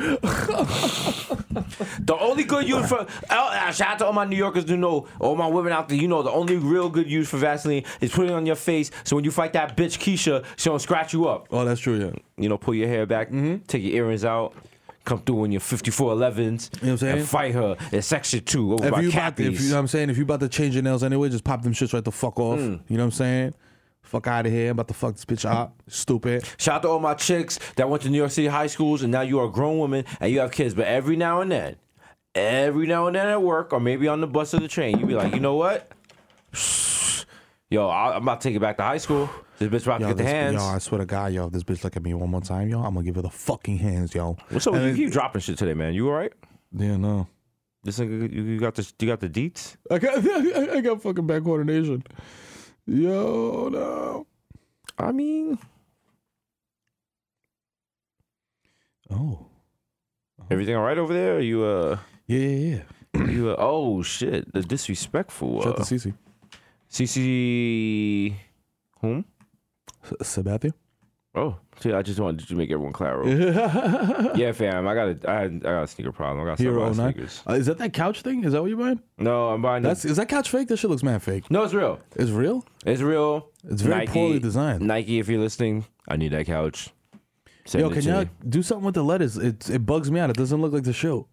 the only good use for uh, shout out to all my New Yorkers who know, all my women out there, you know, the only real good use for Vaseline is putting it on your face so when you fight that bitch Keisha, she don't scratch you up. Oh, that's true. Yeah. You know You know, pull your hair back, Mm-hmm. take your earrings out. Come through in your what 5411s I'm saying? and fight her in section two over If by you about to, if you know what I'm saying, if you about to change your nails anyway, just pop them shits right the fuck off. Hmm. You know what I'm saying? Fuck out of here. I'm about to fuck this bitch up. Stupid. Shout out to all my chicks that went to New York City high schools and now you are a grown woman and you have kids. But every now and then, every now and then at work or maybe on the bus or the train, you be like, you know what? Yo, I- I'm about to take it back to high school. This bitch about to Yo, get the this- hands. yo, I swear to God, yo, if this bitch look at me one more time, yo, I'm gonna give her the fucking hands, yo. What's up? And You it- keep dropping shit today, man. You all right? Yeah, no. This nigga, you you got this. You got the deets. I got, I got fucking bad coordination. Yo, no. I mean, Oh. everything all right over there? Or you uh, Yeah, yeah, yeah. you uh, oh shit, the disrespectful. Shout out Uh, to Cece. CC, whom? S- Sabathia? Oh, see, I just wanted to make everyone clear. yeah, fam, I got a, I, had- I got a sneaker problem. I got some Hero of my 09. sneakers. Uh, is that that couch thing? Is that what you're buying? No, I'm buying That's this. is that couch fake? That shit looks mad fake. No, it's real. It's real. It's real. It's very poorly designed. Nike, if you're listening, I need that couch. Send Yo, it can to y'all me. do something with the letters? It it bugs me out. It doesn't look like the show.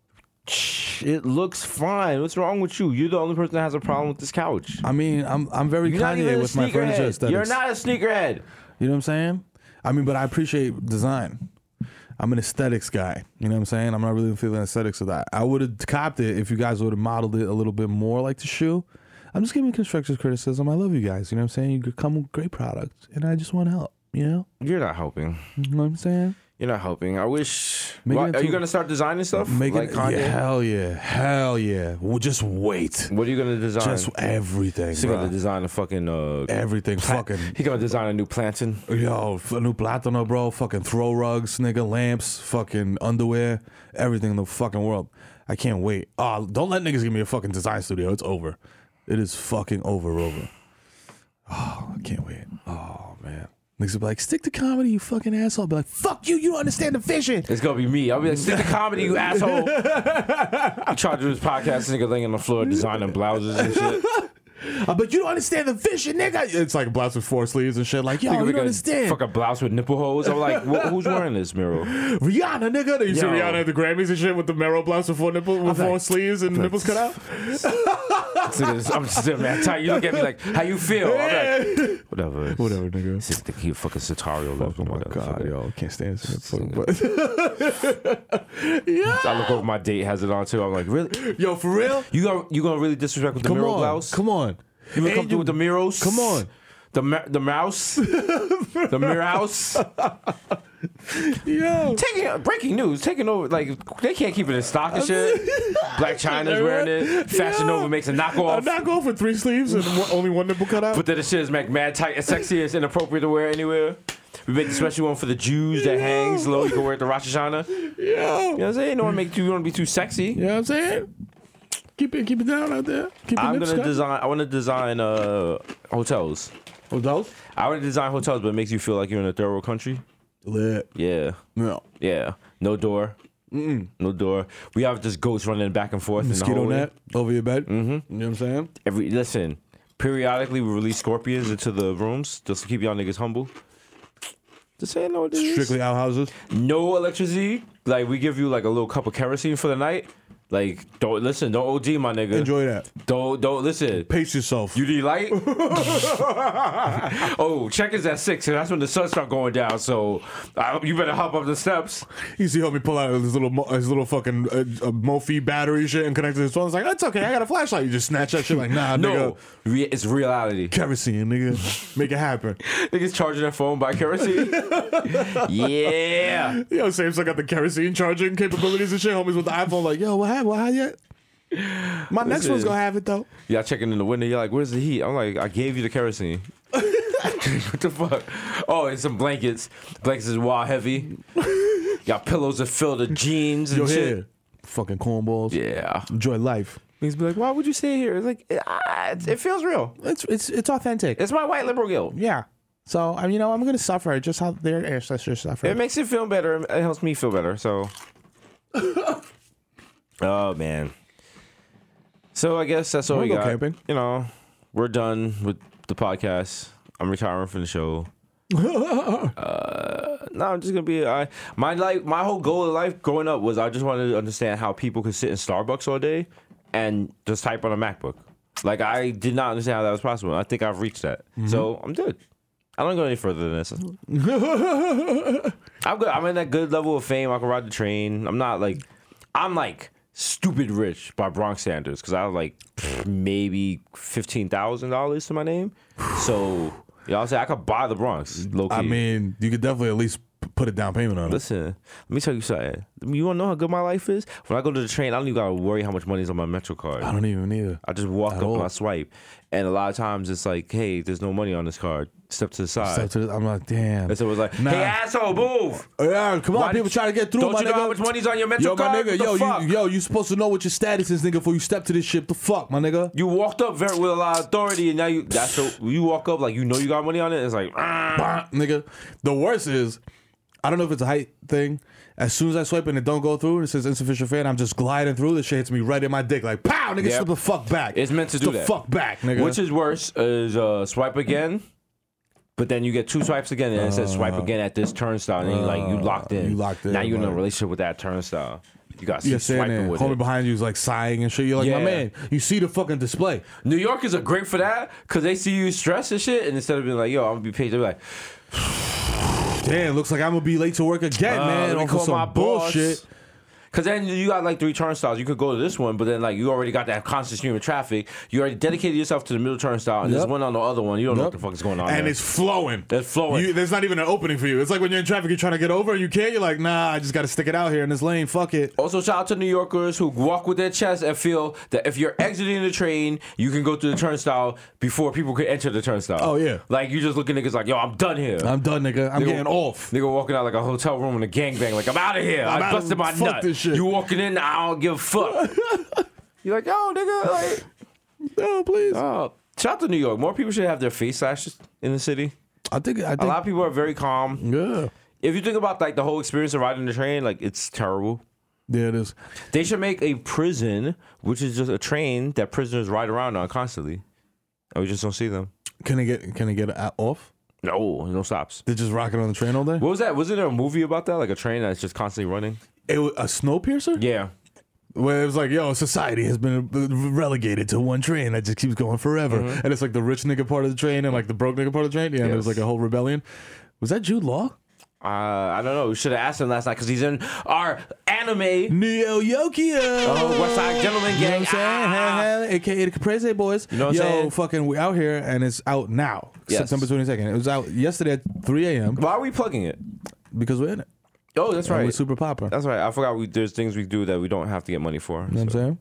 Shh, It looks fine. What's wrong with you? You're the only person that has a problem with this couch. I mean, I'm I'm very You're not even Kanye a with my furniture sneakerhead. aesthetics. You're not a sneakerhead. You know what I'm saying? I mean, but I appreciate design. I'm an aesthetics guy. You know what I'm saying? I'm not really feeling aesthetics of that. I would have copped it if you guys would have modeled it a little bit more like the shoe. I'm just giving constructive criticism. I love you guys. You know what I'm saying? You could come with great products, and I just want to help. You know? You're not helping. You know what I'm saying? You're not helping. I wish. Make it Why- are into- you gonna start designing stuff? Making like Kanye? yeah, hell yeah, hell yeah. Well, just wait. What are you gonna design? Just everything, He's gonna bruh. design a fucking uh, everything. pla- Fucking He gonna design a new plantain. Yo, f- new platano, bro. Fucking throw rugs, nigga, lamps, fucking underwear, everything in the fucking world. I can't wait. Uh, don't let niggas give me a fucking design studio. It's over. It is fucking over, over. Oh, I can't wait. Oh, man. Niggas will be like, stick to comedy, you fucking asshole. I'll be like, fuck you, you don't understand the vision. It's gonna be me. I'll be like, stick to comedy, you asshole. I tried to do this podcast, this nigga laying on the floor designing blouses and shit. Uh, but you don't understand the vision, nigga. It's like blouse with four sleeves and shit. Like, yo, Nigga you making don't understand. Fuck a blouse with nipple holes. I'm like, wh- who's wearing this, Miro? Rihanna, nigga. You see Yo. Rihanna at the Grammys and shit with the Merrill blouse with four, nipple, with four sleeves and nipples cut out? So this- I'm just sitting there tight. You look at me like, how you feel? I'm like, whatever. Whatever, nigga. It's the key fucking Satario left. Oh my god, yo, can't stand this. But, I look over my date has it on too. I'm like, really? yo, for real? You gonna you gonna really disrespect with the Come Miro on, blouse? come on. You gonna come And through with the Miros? Come on. The ma- the mouse, the mouse. Yo. Taking breaking news, taking over. Like they can't keep it in stock and shit. Black China's wearing it. Fashion Yo. Nova makes a I knockoff. knock off with three sleeves and one, only one nipple cut out. But then the shit is like mad tight and sexy. It's inappropriate to wear anywhere. We make the special one for the Jews that hangs low. You can wear it to Rosh Hashanah. You Yo. know what I'm saying? You don't want to make you don't wanna be too sexy. You know what I'm saying? Keep it, keep it down out there. Keep I'm it gonna design. I want to design uh, hotels. Adults? I want to design hotels, but it makes you feel like you're in a third world country. Lit. Yeah, No. yeah. No door. Mm-mm. No door. We have just ghosts running back and forth. in the Mosquito hallway. net over your bed. Mm-hmm. You know what I'm saying? Every listen. Periodically, we release scorpions into the rooms just to keep y'all niggas humble. Just saying, no, Strictly outhouses. no electricity. Like we give you like a little cup of kerosene for the night. Like don't listen, don't OD my nigga. Enjoy that. Don't don't listen. Pace yourself. You need light? oh, check is at six, and that's when the sun start going down. So I, you better hop up the steps. You see, help me pull out his little mo- his little fucking uh, uh, Mophie battery shit and connect it to his phone. It's like, that's okay. I got a flashlight. You just snatch that shit like, nah, No, nigga. re- it's reality. Kerosene, nigga. Make it happen. Niggas charging their phone by kerosene. yeah. Yo, Samsung got the kerosene charging capabilities and shit. Homies with the iPhone, like, yo, what happened? What happened yet? My next one's Listen. gonna have it though. Y'all checking in the window. You're like, "Where's the heat?" I'm like, "I gave you the kerosene." what the fuck? Oh, and some blankets. Blankets is wild heavy. Y'all pillows are filled with jeans and Yo, shit. here. Fucking cornballs. Yeah. Enjoy life. Niggas be like, "Why would you stay here?" It's like, ah, it's- it feels real. It's it's it's authentic. It's my white liberal guilt. yeah. So I mean, you know, I'm gonna suffer just how their ancestors suffered. It makes it feel better. It helps me feel better. So. oh man. So I guess that's all We'll we go got. camping. You know, we're done with the podcast. I'm retiring from the show. uh, no, I'm just gonna be. I my like my whole goal in life growing up was I just wanted to understand how people could sit in Starbucks all day and just type on a MacBook. Like I did not understand how that was possible. I think I've reached that. Mm-hmm. So I'm good. I don't go any further than this. I'm good. I'm in that good level of fame. I can ride the train. I'm not like, I'm like stupid rich by Bronx standards because I have like pfft, maybe fifteen thousand dollars to my name. So y'all say I could buy the Bronx. Low key. I mean, you could definitely at least p- put a down payment on it. Listen, let me tell you something. You wanna know how good my life is? When I go to the train, I don't even gotta worry how much money's on my Metro card. I don't even need it. I just walk At up all. and I swipe. And a lot of times it's like, hey, there's no money on this card. Step to the side. So to this, I'm like, damn. and so it was like, Nah. hey, asshole, move. Oh, Yeah, come Why on, people did- try to get through. Don't my you know nigga. how much money's on your Metro Yo, my card? nigga, The yo, fuck? you, yo, you supposed to know what your status is, nigga, before you step to this shit. The fuck, my nigga. You walked up very with a lot of authority, and now you that's the, you walk up like you know you got money on it. It's like "Ah." Bah, nigga. The worst is, I don't know if it's a height thing. As soon as I swipe and it don't go through, and it says insufficient fan. I'm just gliding through. This shit hits me right in my dick, like pow, nigga. Yep. Slip the fuck back. It's meant to Slip do the that. Fuck back, nigga. which is worse is uh, swipe again, but then you get two swipes again, and it says swipe again at this turnstile, and you like you locked in. Uh. you locked in, Now you're in a like- relationship with that turnstile. You got you're to saying swiping it. with Homie it. behind you is like sighing and shit. You're like, my Yeah. man, you see the fucking display. New Yorkers are great for that because they see you stressed and shit, and instead of being like yo, I'm gonna be paid, they're like Damn, looks like I'm gonna be late to work again, Uh, man. let me Over call some my boss. bullshit. Cause then you got like three turnstiles. You could go to this one, but then like you already got that constant stream of traffic. You already dedicated yourself to the middle turnstile, and there's Yep. one on the other one. You don't know what Yep. the fuck is going on. and there. Oh, it's flowing. It's flowing. You, there's not even an opening for you. It's like when you're in traffic, you're trying to get over and you can't. You're like, nah, I just got to stick it out here in this lane. Fuck it. Also, shout out to New Yorkers who walk with their chest and feel that if you're exiting the train, you can go through the turnstile before people could enter the turnstile. Oh, yeah. Like you just look at niggas like, yo, I'm done here. I'm done, nigga. I'm Nigga- getting off. Nigga walking out like a hotel room in a gangbang, like I'm out of here. I'm i outta- busted my fuck nut. this shit. You walking in, I don't give a fuck. you're like, yo, nigga, like, No, please. oh. shout out to New York. More people should have their face lashes in the city. I think. I think. A lot of people are very calm. yeah. If you think about like the whole experience of riding the train, like it's terrible. There it is. They should make a prison, which is just a train that prisoners ride around on constantly. And we just don't see them. Can I get? Can I get it out- off? No, no stops. They're just rocking on the train all day. What was that? Wasn't there a movie about that? Like a train that's just constantly running? It was a snow piercer. Yeah. Where it was like, yo, society has been relegated to one train that just keeps going forever, and it's like the rich nigga part of the train and like the broke nigga part of the train. Yeah. And there was Yes. like a whole rebellion. Was that Jude Law? Uh, I don't know. We should have asked him last night because he's in our anime. Neo Yokio. Oh, West Side Gentleman You know what Gang. I'm saying? Ah. Hey, hey, AKA the Caprese Boys. You know what I'm Yo, saying? fucking, we out here and it's out now. Yes. September 22nd. It was out yesterday at 3 a.m. Why are we plugging it? because we're in it. Oh, that's And right. we're super popping. That's right. I forgot we, there's things we do that we don't have to get money for. You know what so. I'm saying?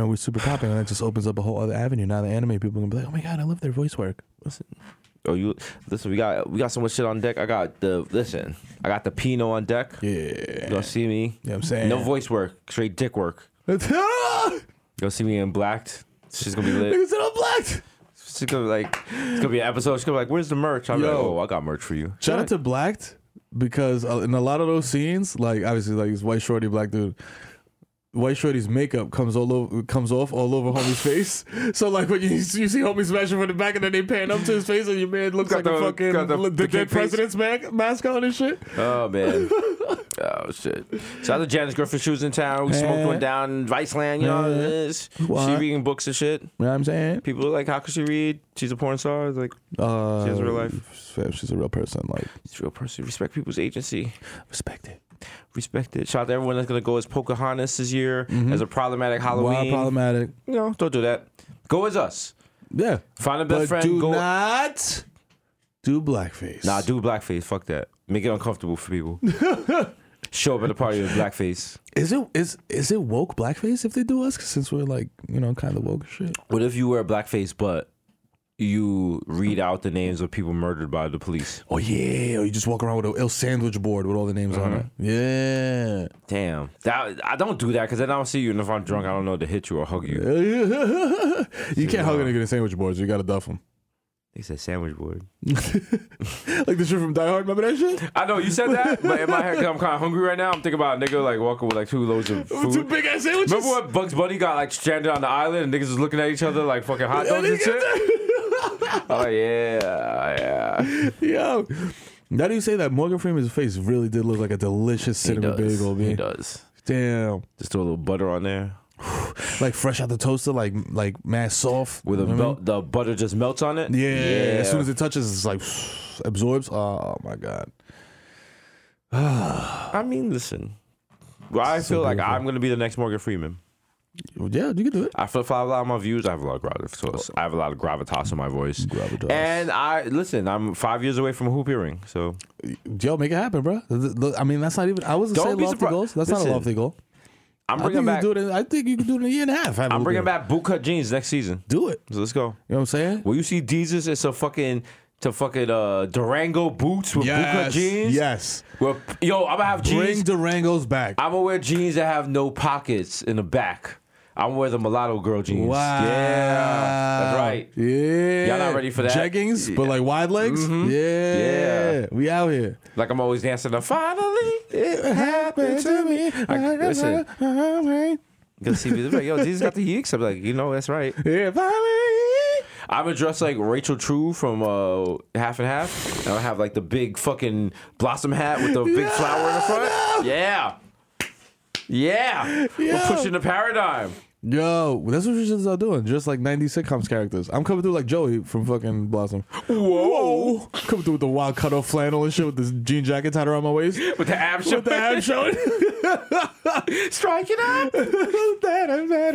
And we're super popping, and that just opens up a whole other avenue. Now the anime people can be like, "Oh my god, I love their voice work." Oh, you listen. We got we got so much shit on deck. I got the listen. I got the Pino on deck. Yeah. You gonna see me? Yeah, I'm saying. No voice work, straight dick work. Niggas You gonna see me in blacked. She's gonna be lit. said I'm black. She's gonna be like, it's gonna be an episode. She's gonna be like, "Where's the merch?" I'm like, Yo. "Oh, I got merch for you." Shout out to Blacked because uh, in a lot of those scenes, like obviously, like it's white shorty, black dude. White shorty's makeup comes all over, comes off all over homie's face. So like when you, you see homie smashing from the back and then they pan up to his face and your man looks like Got a the- fucking got the- the, the dead cake face. president's ma- mask on and shit. Oh man. oh shit. Shout out to Janice Griffin. She was in town. We smoked Eh. one down in Viceland. You know what it is. She What? reading books and shit. You know what I'm saying? People are like, "How could she read? She's a porn star." It's like, Uh, She has real life. fam, She's a real person. Like she's a real person. Respect people's agency. respect it. Respect it. Shout out to everyone that's gonna go as Pocahontas this year as a problematic Halloween. Why problematic? No, don't do that. Go as us. Yeah. Find a best But friend. do go. not do blackface. Nah, do blackface. Fuck that. Make it uncomfortable for people. Show up at a party with blackface. Is it is is it woke blackface if they do us? 'Cause Since we're like you know kind of woke and shit. What if you wear blackface, but you read out the names of people murdered by the police? Oh yeah, or you just walk around with a little sandwich board with all the names on it. Yeah. Damn. That I don't do that because then I don't see you, and if I'm drunk, I don't know to hit you or hug you. you can't hug a nigga in sandwich boards. You gotta duff him. He said sandwich board. Like the shit from Die Hard. Remember that shit? I know you said that, but in my head, 'cause I'm kind of hungry right now. I'm thinking about a nigga like walking with like two loads of food. Two big ass sandwiches. Remember when Bugs Bunny got like stranded on the island and niggas was looking at each other like fucking hot dogs and shit? Oh yeah, yeah. Yo. Now that you say that, Morgan Freeman's face really did look like a delicious cinnamon bagel. He Man. does. Damn. Just throw a little butter on there. Like fresh out the toaster, like like mad soft. With a You know what I mean? melt, the butter just melts on it. Yeah, As soon as it touches, it's like absorbs. Oh my god. I mean, listen. Well, I feel like I'm gonna be the next Morgan Freeman. Yeah, you can do it. I flip flop a lot of my views. I have a lot of gravitas. I have a lot of gravitas in my voice. Gravitas. And I listen. I'm five years away from a hoop earring, so Yo, make it happen, bro. I mean, that's not even. I wasn't Don't saying be lofty surpri- goals. That's not Listen, a lofty goal. I'm I think, bringing you back. can do it in, I think you can do it in a year and a half. Have a I'm little bringing bit. back bootcut jeans next season. Do it. So let's go. You know what I'm saying? Will you see Jesus? It's a fucking to fucking uh, Durango boots with bootcut jeans. Yes. Well, yo, I'm gonna have Bring jeans. Durangos back. I'm gonna wear jeans that have no pockets in the back. I'm gonna wear the mulatto girl jeans. wow. Yeah, that's right. Yeah. Y'all not ready for that? Mm-hmm. Jeggings, but like wide legs. Yeah. Yeah. We out here. Like I'm always dancing. The finally, it happened to me. I, listen, you see me. they're Like, yo, Jesus got the yeeks. I'm like, you know, that's right. Yeah, finally. I'm gonna dress like Rachel True from uh, Half and Half. And I'll have like the big fucking blossom hat with the big flower in the front. Yeah. Yeah. Yeah. We're pushing the paradign. Yo, that's what you should start doing. Just like 90 sitcoms characters. I'm coming through like Joey from fucking Blossom. Whoa. Coming through with the wild cutoff flannel and shit with this jean jacket tied around my waist. With the ab With the ab showing. Strike it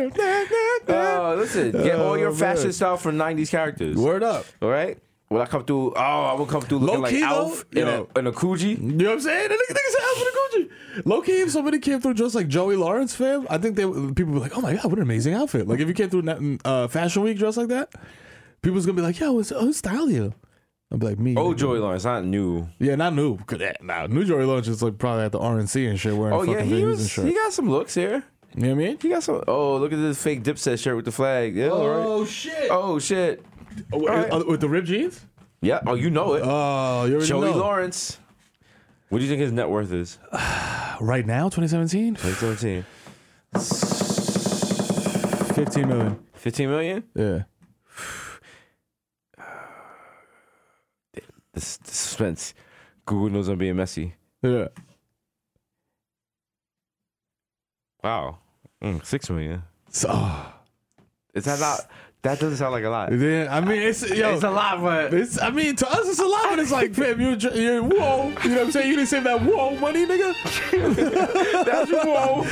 up. Uh, listen, get all your Oh, fashion man. style from 90s characters. Word up. All right? When I come through, oh, I will come through looking like Low-key, though, Alf in a, yo. Mm-hmm. in a You Coogee. know what I'm saying? That nigga niggas out for the Gucci. Low key, if somebody came through dressed like Joey Lawrence, fam, I think they people would be like, oh my God, what an amazing outfit. Like if you came through na- uh, Fashion Week dressed like that, people's gonna be like, yo, who's, who styled you? I'll be like, me. Oh, nigga." Joey Lawrence, not new. Yeah, not new. Good, eh, Nah, new Joey Lawrence is like probably at the RNC and shit wearing Oh, fucking yeah, he, Van was, Heusen he shirt. got some looks here. You know what I mean? He got some. Oh, look at this fake Dipset shirt with the flag. Yeah, all right. shit! Oh, shit. right. With the ripped jeans? Yeah. Oh, you know it. Oh, you already Joey know. Lawrence. What do you think his net worth is? Right now, 2017, 2017. 15 million. 15 million? Yeah. The, s- the suspense. Google knows I'm being messy. Yeah. Wow. Mm, 6 million. So, oh, Is that not That doesn't sound like a lot. Then I mean, it's yo, It's a lot, but It's, I mean, to us, it's a lot, but it's like, fam, you're, dr- you're whoa. You know what I'm saying? You didn't save that whoa money, nigga. That's whoa.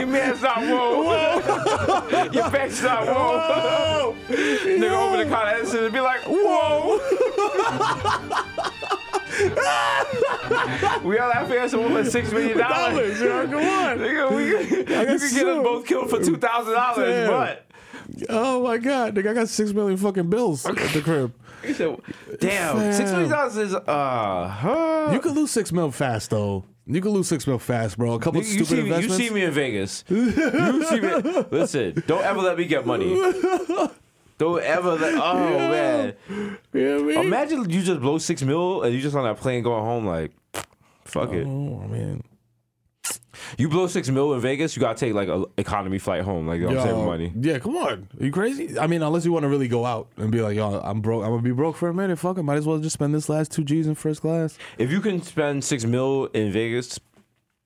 Your man's not whoa. Your face not whoa. Oh. Nigga open the car Edison and be like, whoa. we all have fans who won six million dollars. Dollars, yo, come on. Nigga, we you got could get us sued. both killed for two thousand dollars, Damn. but Oh my god, nigga, I got six million fucking bills at the crib. he said, damn, six million dollars is uh, huh. You could lose six mil fast though. You could lose six mil fast, bro. A couple You, you stupid see, me- you investments. see me in Vegas. You see me. Listen, don't ever let me get money. Don't ever let. Oh man! You know what I mean? Imagine you just blow six mil and you just on that plane going home like, fuck it. Oh, I mean, You blow six mil in Vegas, you gotta take like a economy flight home. Like I'm yo, saving money. Yeah, come on. Are you crazy? I mean, unless you want to really go out and be like, yo, I'm broke. I'm gonna be broke for a minute. Fuck it. Might as well just spend this last two G's in first class. If you can spend six mil in Vegas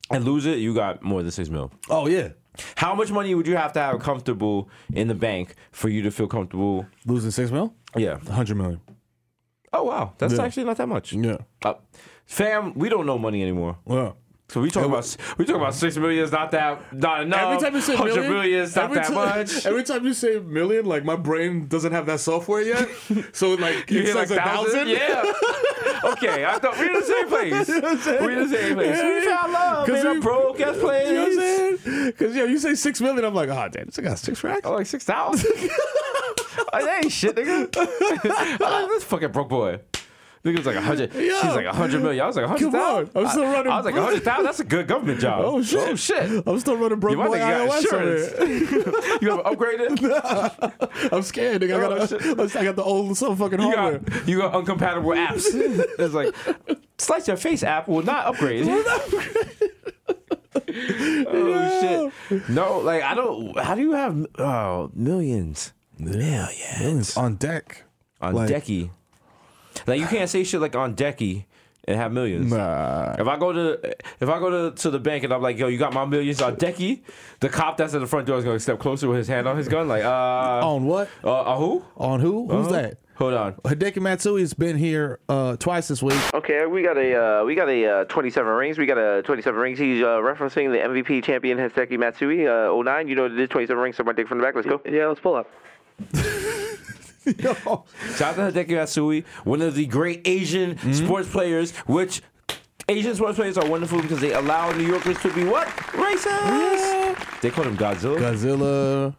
and lose it, you got more than six mil. Oh yeah, How much money would you have to have comfortable in the bank for you to feel comfortable? losing six mil, Yeah. a hundred million. Oh wow, that's Yeah. actually not that much. Yeah. Uh, fam, we don't know money anymore. Well. So we talk about we talk about six million is not that not Every enough. time you say Um, hundred million, million is not every that ti- much. Every time you say million, like my brain doesn't have that software yet, so like You it hear like says a thousand? thousand. Yeah. okay, I thought we were in the same place. we were in the same place. We found love 'Cause in a we- broke ass place. You know what I'm saying? Because yo, you say six million, I'm like, oh damn, this got six racks. Oh, I'm Oh, like six thousand. Oh, that ain't shit, nigga. I'm like, this fucking broke boy. Nigga was like a hundred. She's Yeah. like a hundred million. I was like a hundred Come on, thousand. I'm still I- running- I was like a hundred thousand. That's a good government job. Oh shit! Oh shit. I'm still running broke You might boy think you got iOS insurance. over here. you have upgraded. I'm scared. Nigga. Oh, I got I got the old some fucking You hardware. got you got uncompatible apps. it's like slice your face app will not upgrade. oh shit! No, like I don't. How do you have oh millions, millions on deck. on Like- decky? Like you can't say shit like on decky and have millions. Nah. If I go to if I go to, to the bank and I'm like, yo, you got my millions on decky, the cop that's at the front door is gonna step closer with his hand on his gun, like, uh, On what? uh, uh who? Uh-huh. On who? Oh. Who's that? Hold on. Hideki Matsui's been here uh, twice this week. Okay, we got a uh, we got a uh, 27 rings. We got a 27 rings. He's uh, referencing the MVP champion Hideki Matsui, uh, 09. You know it is 27 rings. So my dick from the back. Let's go. Yeah, let's pull up. Shout out to Hideki Matsui, one of the great Asian Mm-hmm. sports players, which Asian sports players are wonderful because they allow New Yorkers to be what? Racist! They call him Godzilla. Godzilla,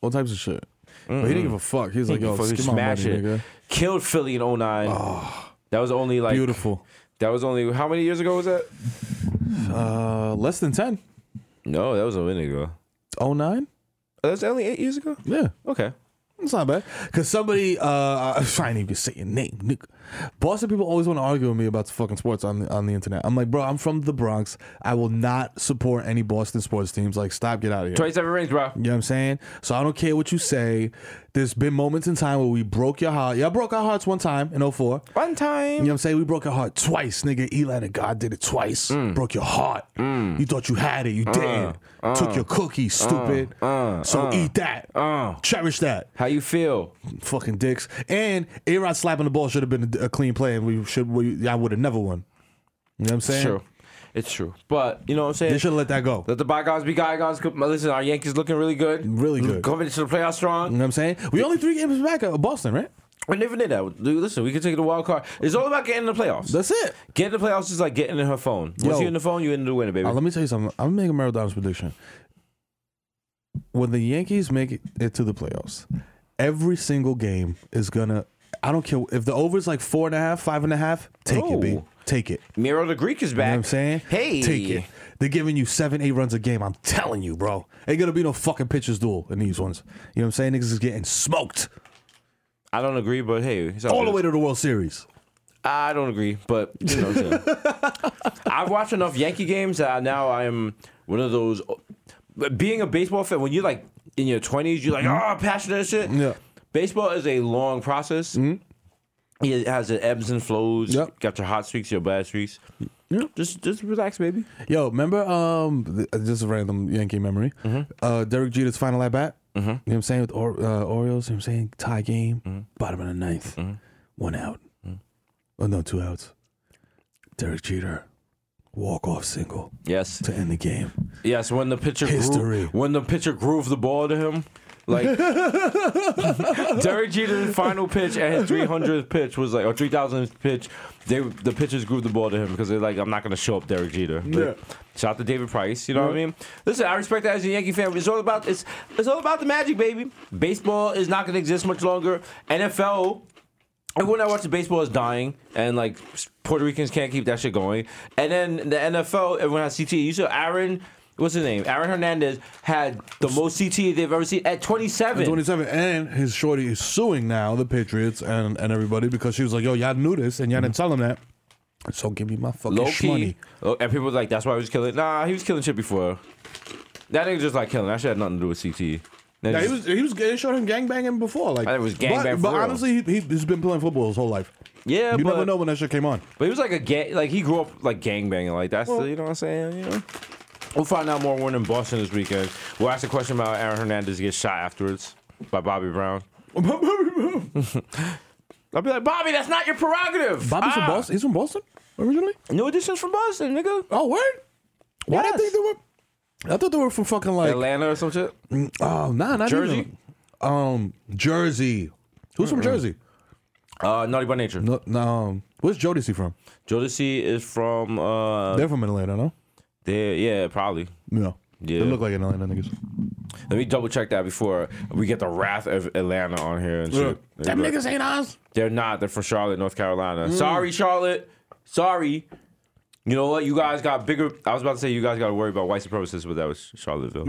all types of shit. But he didn't give a fuck. He was like, yo, Fucking skip my smash money, it. nigga. Oh. Killed Philly in 09. That was only like. Beautiful. That was only. How many years ago was that? Uh, less than 10. No, that was a minute ago. 09? Oh, That was only eight years ago? Yeah. Okay. It's not bad. Because somebody, uh, I I ain't even say your name, nigga. Boston people always want to argue with me about the fucking sports on the, on the internet. I'm like, bro, I'm from the Bronx. I will not support any Boston sports teams. Like, stop, get out of here. 27 rings, bro. You know what I'm saying? So I don't care what you say. There's been moments in time where we broke your heart. Y'all broke our hearts one time in 04. One time. You know what I'm saying? We broke your heart twice, nigga. Eli and God did it twice. Broke your heart. You thought you had it. You didn't. Took your cookie, stupid. so eat that. Cherish that. How you feel? Fucking dicks. And A Rod slapping the ball should have been a, a clean play, and we should. We, I would have never won. You know what I'm saying? It's true. It's true. But, you know what I'm saying? They should have let that go. You Let the bygones be bygones. Listen, our Yankees looking really good. Really good. Coming into the playoffs strong. know what I'm saying? We only three games back of Boston, right? I never knew that. Dude, listen, we can take the wild card. It's all about getting in the playoffs. That's it. getting in the playoffs is like getting in her phone. Once Yo. you're in the phone, you're in the winner, baby. Uh, let me tell you something. I'm making a Maradon's prediction. When the Yankees make it- it to the playoffs, every single game is gonna. I don't care if the over's like four and a half, five and a half. Take it, B. Oh. Take it. Miro the Greek is You back. know what I'm saying? Hey. take it. They're giving you seven, eight runs a game. I'm telling you, bro. Ain't gonna be no fucking pitchers duel in these ones. You know what I'm saying? Niggas is getting smoked I don't agree, but hey. it's all the good. way to the World Series. I don't agree, but you know what I'm saying. I've watched enough Yankee games that now I am one of those. but Being a baseball fan, when you're like in your 20s, you're like, oh, passionate and shit. Yeah. Baseball is a long Mm-hmm. process. It has its ebbs and flows. Yep. Got your hot streaks, your bad streaks. Yeah. Just just relax, baby. Yo, remember um th- just a random Yankee memory. Mm-hmm. Uh Derek Jeter's final at bat. You know what I'm saying? With or- uh, Orioles, you know what I'm saying? Tie game, Mm-hmm. bottom of the ninth. One out. Oh no, two outs. Derek Jeter. Walk off single Yes. to end the game. Yes, when the pitcher History. Grooved, when the pitcher grooved the ball to him, like Derek Jeter's final pitch and his 300th pitch was like or 3,000th pitch. They the pitchers grooved the ball to him because they're like, I'm not gonna show up Derek Jeter. But Yeah. Shout out to David Price. You know what I mean? Listen, I respect that as a Yankee fan. It's all about it's it's all about the magic, baby. Baseball is not gonna exist much longer. NFL Everyone that watches baseball is dying, and like Puerto Ricans can't keep that shit going. And then the NFL, everyone has CTE. You saw Aaron, what's his name? Aaron Hernandez had the most CTE they've ever seen at 27. 27, and his shorty is suing now the Patriots and, and everybody because she was like, yo, y'all knew this and y'all didn't tell him that. So give me my fucking Low shmoney. key, oh, and people was like, that's why he was killing. Nah, he was killing shit before. That nigga just like killing. That shit had nothing to do with CTE. That Yeah, he just- was he was they showed him gangbanging before. Like I think it was but, gangbang but for real. honestly, he, he's been playing football his whole life. Yeah, you but- never know when that shit came on. But he was like a gang, like he grew up like gangbanging, like that's the, you know what I'm saying. You know, we'll find out more. We're in Boston this weekend. We'll ask a question about Aaron Hernandez gets shot afterwards by Bobby Brown. I'll be like, Bobby, that's not your prerogative. Bobby's Ah. from Boston. He's from Boston originally. New additions from Boston, nigga. Oh, word. Why did I Yes. think they were? I thought they were from fucking like Atlanta or some shit. oh nah, not Jersey? even. Um, Jersey. Who's from Jersey? Uh, Naughty by Nature. No, no, um, where's Jodeci from? Jodeci is from uh, They're from Atlanta, no? there. Yeah, probably. No. Yeah. They look like Atlanta niggas. Let me double check that before we get the wrath of Atlanta on here and shit. Them niggas ain't ours. They're not. They're from Charlotte, North Mm. Carolina. Sorry, Charlotte. Sorry. You know what? You guys got bigger. I was about to say you guys got to worry about white supremacists, but that was Charlottesville.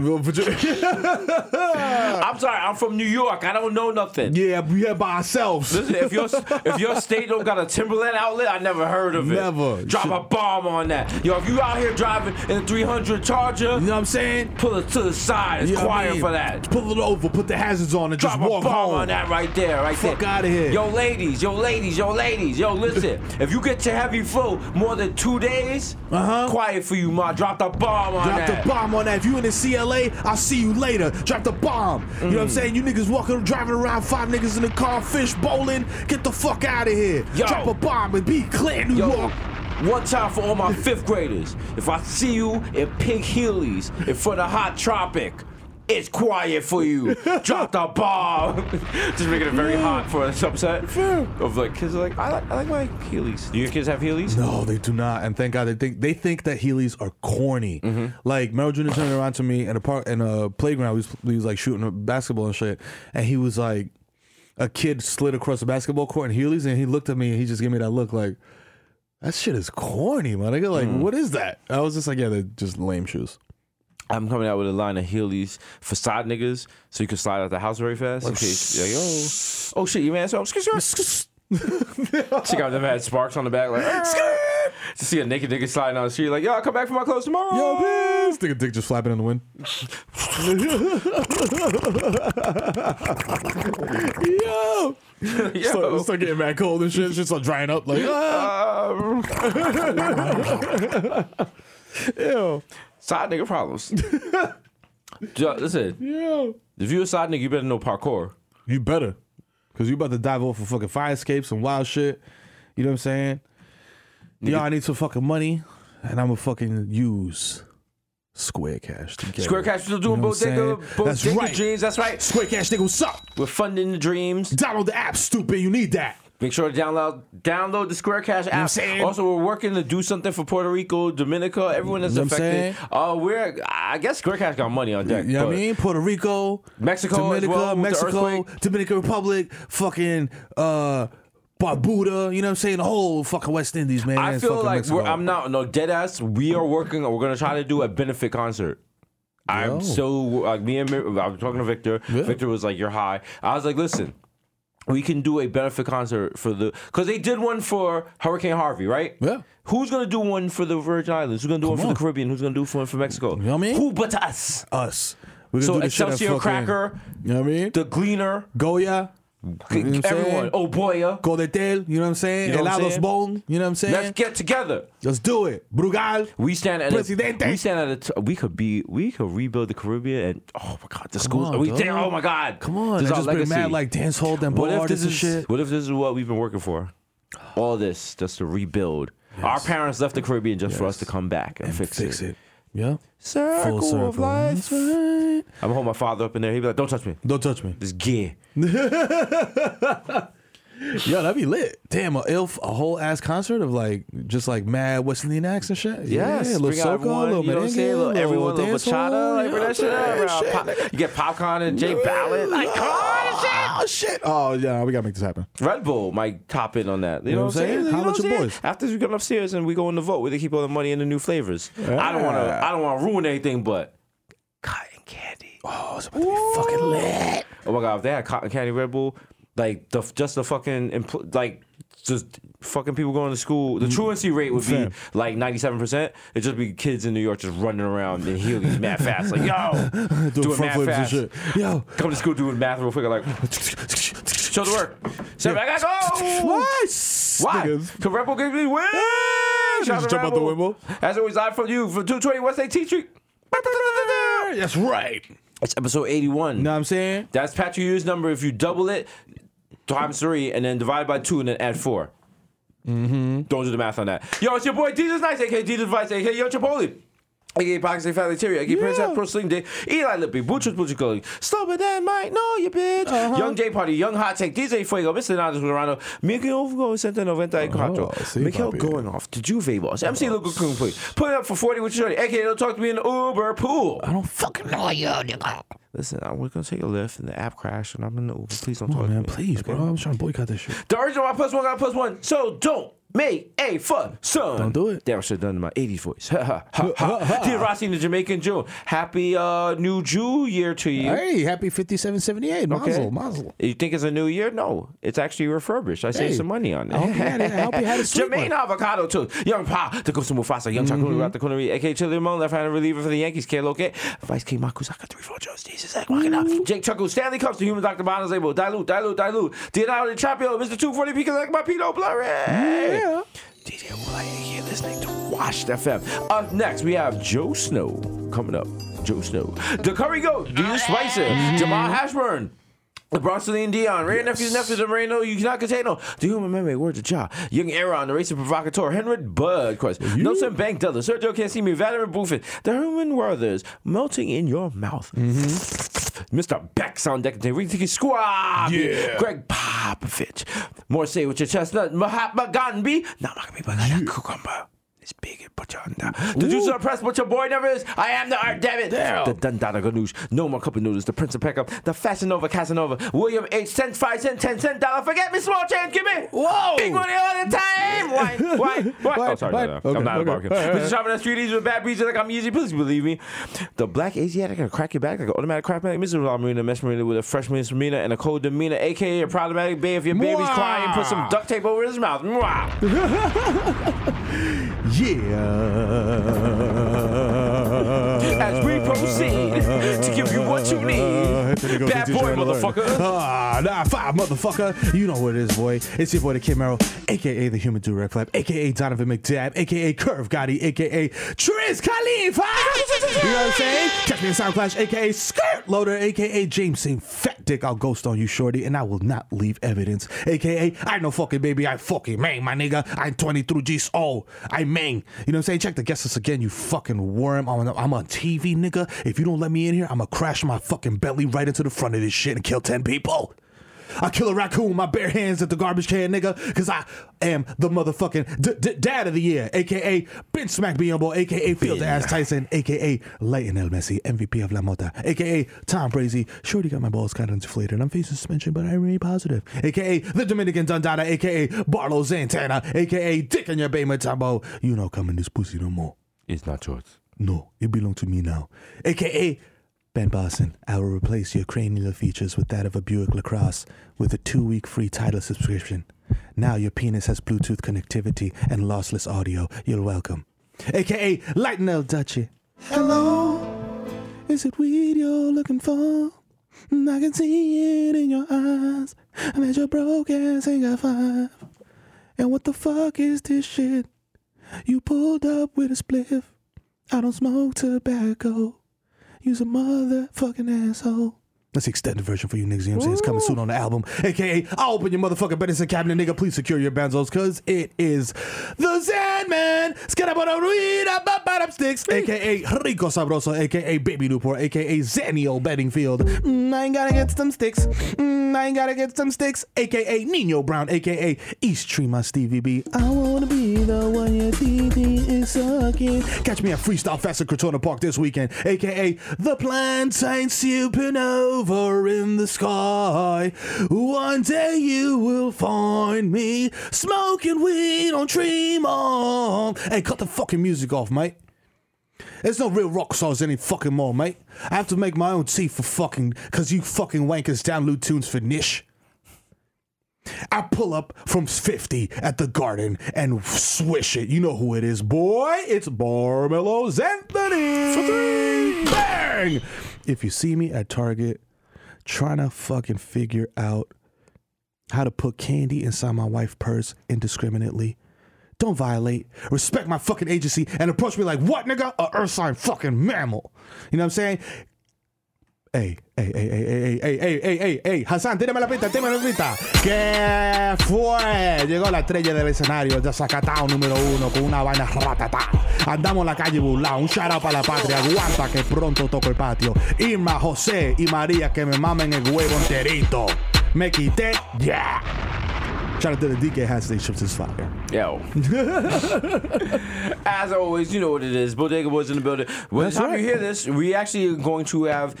I'm sorry. I'm from New York. I don't know nothing. yeah, we here by ourselves. Listen, if your if your state don't got a Timberland outlet, I never heard of it. Never. Drop a bomb on that. Yo, if you out here driving in a 300 Charger, You know what I'm saying? pull it to the side. It's You know what I quiet mean? for that. Pull it over, put the hazards on, and Drop just a walk bomb home. on that right there, right Fuck there. outta here. Yo, ladies, yo, ladies, yo, ladies, yo, listen. if you get your heavy flow more than two days, Uh-huh. quiet for you, ma. Drop the bomb on Drop that. the bomb on that. If you in the CLA, I'll see you later. Drop the bomb. You know Mm. what I'm saying? You niggas walking, driving around, five niggas in the car, fish bowling. Get the fuck out of here. Yo. Drop a bomb and be clear, New Yo, York. one time for all my fifth graders. If I see you in pink Heelys in front of Hot Tropic, it's quiet for you. Drop the bomb. Just making it very hot for a subset of like kids. Are like I like I like my Heelys. Do your kids have Heelys? No, they do not, and thank God they think they think that Heelys are corny. Like Meryl Jr. turned around to me in a park in a playground. We was, we was like shooting a basketball and shit, and he was like, a kid slid across the basketball court in Heelys, and he looked at me and he just gave me that look like, that shit is corny, man. I go like, what is that? I was just like, yeah, they're just lame shoes. I'm coming out with a line of Heelys for side niggas, so you can slide out the house very fast. In case, like, yo, oh shit, you man, so check out them had sparks on the back, like "Arr!" to see a naked nigga sliding on the street, like yo, I'll come back for my clothes tomorrow. Yo, this nigga dick just flapping in the wind. Yo, Yo. Start, start getting mad cold and shit. Shit start drying up. Like, ah, Um, ew, side nigga problems. Yo, listen, ew. if you a side nigga, you better know parkour. You better. Cause you about to dive off of fucking fire escapes and wild shit. You know what I'm saying? Yo, I need some fucking money. And I'ma fucking use Square Cash to get Square it. Cash still doing You know what I'm bodega, saying? That's bodega right. dreams. That's right. Square Cash nigga, what's up? We're funding the dreams. Download the app, stupid. You need that. Make sure to download download the Square Cash app. I'm saying? Also, we're working to do something for Puerto Rico, Dominica, everyone that's You know what I'm affected. Uh, we're I guess Square Cash got money on deck. You know what I but mean? Puerto Rico, Mexico as Dominica, well with the Mexico, earthquake. Dominican Republic, fucking uh Barbuda, you know what I'm saying? The whole fucking West Indies, man. I and feel fucking like Mexico. we're, I'm not no dead ass. We are working. We're gonna try to do a benefit concert. I'm Yo. so like me and Mir- I was talking to Victor. Yeah. Victor was like, "You're high." I was like, "Listen." We can do a benefit concert for the because they did one for Hurricane Harvey, right? Yeah. Who's gonna do one for the Virgin Islands? Who's gonna do one on. for the Caribbean? Who's gonna do one for Mexico? know what I mean? Who but us? us. We're gonna So do the shit at Excelsior fucking- Cracker, You know what I mean? the Gleaner, Goya, know what I'm Everyone. saying? Oh, boya. Codetel, you know what I'm saying? You know what I'm Helados saying? Bone, you know what I'm saying? Let's get together. Let's do it. Brugal. We stand at Presidente. A, we stand at a t- we could be we could rebuild the Caribbean and oh my god the schools on, we dog. there, oh my god Come on. this is This our just been legacy. mad like dance hall and what if bars this and is shit. what if this is what we've been working for all this just to rebuild our parents left the Caribbean just for us to come back and, fix, Fix it, it. Yeah. Circle, of circle. life That's right. I'm gonna hold my father up in there he'd be like don't touch me Don't touch me. this gear Yo, that'd be lit. Damn, a ilf, a whole ass concert of like just like mad West Indian acts and shit. Yes, yeah, little bring out soca, everyone, little you know what I'm merengue, saying? Little, everyone, little dance bachata, hall, like you bring know that shit what out. I'm bro. saying? Shit. Pop- you get popcorn and Jay Ballard, like come on, shit. Oh shit! Oh yeah, we gotta make this happen. Red Bull might top in on that. You, know what I'm saying? Holla You know at what your I'm saying? boys. After we get upstairs and we go in the vote, we can keep all the money in the new flavors. I don't want to. I don't want to ruin anything, but cotton candy. Oh, it's about to be fucking lit. Oh my god, if they had cotton candy Red Bull, like the just the fucking empl- like just fucking people going to school, Mm. the truancy rate would be Fam. like ninety seven percent. It'd just be kids in New York just running around in heelys, mad fast, like yo, doing, Doing front mad flips and fast. shit. Yo, Come to school doing math real quick, like show the work. Say, I gotta go. Why? Niggas. Because Rebel gave me win. Shout out to jump out the Rebel. window. As always, live from you from 220 West 18th Street. That's right. That's episode 81. You know what I'm saying? That's Patrick Ewing's number. If you double it, times three, and then divide by two, and then add 4 Mm-hmm. Don't do the math on that. Yo, it's your boy Jesus Nice, aka Jesus Vice, aka Yo Chipotle. AKA Boxing Family Terry, AKA Prince Hat Pro Sling Day, Eli Lippy, Butchers Butcher Gully, Stubber Dan Mike, No, you bitch, Uh-huh. Young J Party, Young Hot Take, DJ Fuego, Mr. Nadas Morano, Miguel Hugo, Santa 94, Oh, sí, Miguel papi. going off to Juve Boss, MC Luca Kung, please. Put it up for 40 with your shorty, AKA Don't Talk to Me in the Uber Pool. I don't fucking know you, nigga. Listen, I was gonna take a lift and the app crashed and I'm in the Uber. Please don't Oh talk man, to me. please, bro. I'm trying to boycott this shit. The original my plus one got a plus one. So don't make a fun son. Don't do it. Damn, I should have done it in my 80s voice. Ha ha ha ha. Dear Rossi in the Jamaican June. Happy uh, new Jew year to you. Hey, happy 5778. Mazel, Okay. mazel. You think it's a new year? No, it's actually refurbished. I saved Hey, some money on it. I hope you had it- I hope you had a sweet Jermaine one. Avocado too. Young Pa, the Ghost of Mufasa, Young Chakuri, mm-hmm. the Kunari, aka Chili Limon, left-handed reliever for the Yankees, Kalo K, Vice King Makusaka, three four Jones, Jesus Zach Wakana, Jake Chuckle, Stanley Cups, the Human Doctor Bonas able, dilute, dilute, dilute, Dianna the Chapio, Mr. Two Forty P, like my Pino Blurry. Yeah. DJ Will here listening to Washed FM. Up next, we have Joe Snow coming up. Joe Snow, the Curry Goat, Dean Spicer, Mm-hmm. Jamal Hashburn. The Broncelline Dion, Ray Nephew's nephew, the Moreno, you cannot contain no. Do you remember word to cha? Young Aaron, the racing provocateur, Henry Bud, of course. Nelson Bank Dudley, Sergio Cassimi, Vladimir Buffett, the Herman Werthers, melting in your mouth. Mr. Beck sound deck today. Rethink squad. Yeah. Greg Popovich. More say with your chestnut. Mahatma Gandhi. Not Mahatma Gandhi. Cucumber. It's big and put you under. The juice of the press, but your boy never is. I am the art, damn it. The Dundada Ganoush. No more cup of noodles. The Prince of Peckham. The Fashion Nova Casanova. William H. Cent, five cent, ten cent, dollar. Forget me, small change. Give me. Whoa. Big money all the time. Why? Why? Why? Why? Oh, sorry. Why? No, no. Okay, I'm not a okay. barbecue. All right, all right. Mr. Shopping on the street, these are bad beats like I'm easy. Please believe me. The black Asiatic can crack your back like an automatic crack back. Mr. La Marina, mesh marina with a fresh Miss Marina and a cold demeanor, aka a problematic babe. If your baby's Mwah. crying, put some duct tape over his mouth. Mwah. Yeah. As we proceed to give you what you Anthony need. goes Bad into boy, Joy Lord. motherfucker. Ah, nah, five, motherfucker. You know what it is, boy. It's your boy, the Kid Merrill, aka the Human Durag Flap, aka Donovan McDab, aka Curve Gotti, aka Tris Khalifa. you know what I'm saying? Catch me in Soundclash, aka Skirt Loader, aka James St. Fat Dick. I'll ghost on you, shorty, and I will not leave evidence. Aka I know fucking baby, I fucking mang, my nigga. I'm 23 G's old. I mang. You know what I'm saying? Check the guest list again, you fucking worm. I'm on, I'm on TV, nigga. If you don't let me in here, I'm gonna crash my fucking belly right into the front of this shit and kill 10 people. I kill a raccoon with my bare hands at the garbage can, nigga, because I am the motherfucking d- d- dad of the year, aka Bench Smack Biombo, aka Field Ass Tyson, aka Lionel Messi, MVP of La Mota, aka Tom Brady. Shorty got my balls kind of inflated. I'm facing suspension, but I remain positive, aka the Dominican Dundada, aka Barlow Santana, aka Dick in your Bay Matambo. You know, coming this pussy no more. It's not yours. No, it belongs to me now. AKA Ben Barson, I will replace your cranial features with that of a Buick Lacrosse with a two week free title subscription. Now your penis has Bluetooth connectivity and lossless audio. You're welcome. AKA Lightning El Duchy. Hello, is it weed you're looking for? I can see it in your eyes that your broke ass ain't got five. And what the fuck is this shit? You pulled up with a spliff. I don't smoke tobacco. You's a motherfucking asshole. That's the extended version for you niggas. You know what I'm saying? It's coming soon on the album. AKA, I'll open your motherfucking medicine cabinet, nigga. Please secure your benzos, cause it is the Sandman. Scarabonarita, bottom sticks. AKA Rico Sabroso, AKA Baby Newport, AKA Zanio Beddingfield. Mm, I ain't gotta get some sticks. Mm, I ain't gotta get some sticks. AKA Nino Brown, AKA East Tremont Stevie B. I wanna be the one your DD is sucking. Catch me at Freestyle Fest at Crotona Park this weekend, aka The Plantain Supernova in the Sky. One day you will find me smoking weed on Tremont. Hey, cut the fucking music off, mate. There's no real rock stars any fucking more, mate. I have to make my own tea for fucking, cause you fucking wankers download tunes for niche. I pull up from 50 at the garden and swish it. You know who it is, boy. It's Barmelo's Anthony. Bang! If you see me at Target trying to fucking figure out how to put candy inside my wife's purse indiscriminately, don't violate. Respect my fucking agency and approach me like, what, nigga? A earth sign fucking mammal. You know what I'm saying? Ey, ey, ey, ey, ey, ey, ey, ey, ey, ey, Hassan, tírame la pista, tírame la pista. ¿Qué fue? Llegó la estrella del escenario, ya sacatao número uno, con una vaina ratatá. Andamos en la calle burlao, un shout out para la patria, aguanta que pronto toco el patio. Irma, José y María que me mamen el huevo enterito. Me quité, yeah. Shout out to the DK Hats, they shipped his fire. Yo. As always, you know what it is. Bodega Boys in the building. By the That's time right. you hear this, we actually are going to have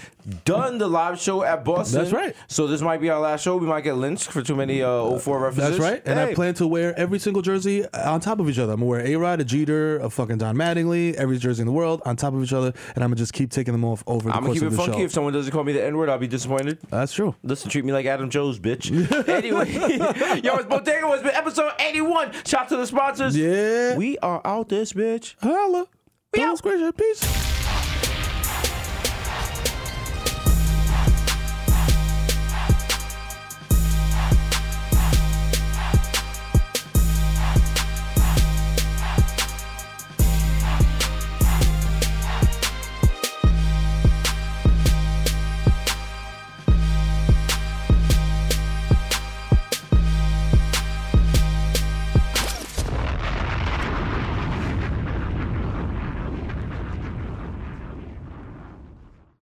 done the live show at Boston. That's right. So this might be our last show. We might get lynched for too many uh, 04 references. That's right. And I Hey. plan to wear every single jersey on top of each other. I'm gonna wear A Rod, a Jeter, a fucking Don Mattingly, every jersey in the world on top of each other, and I'm gonna just keep taking them off over the I'm gonna course keep it of the funky. show. If someone doesn't call me the N word, I'll be disappointed. That's true. Listen, treat me like Adam Jones, bitch. anyway, yo, it's Bodega Boys, episode 81. Shout out to the sponsors. Yeah. We are out this bitch. Holla. Don't squish it. Peace.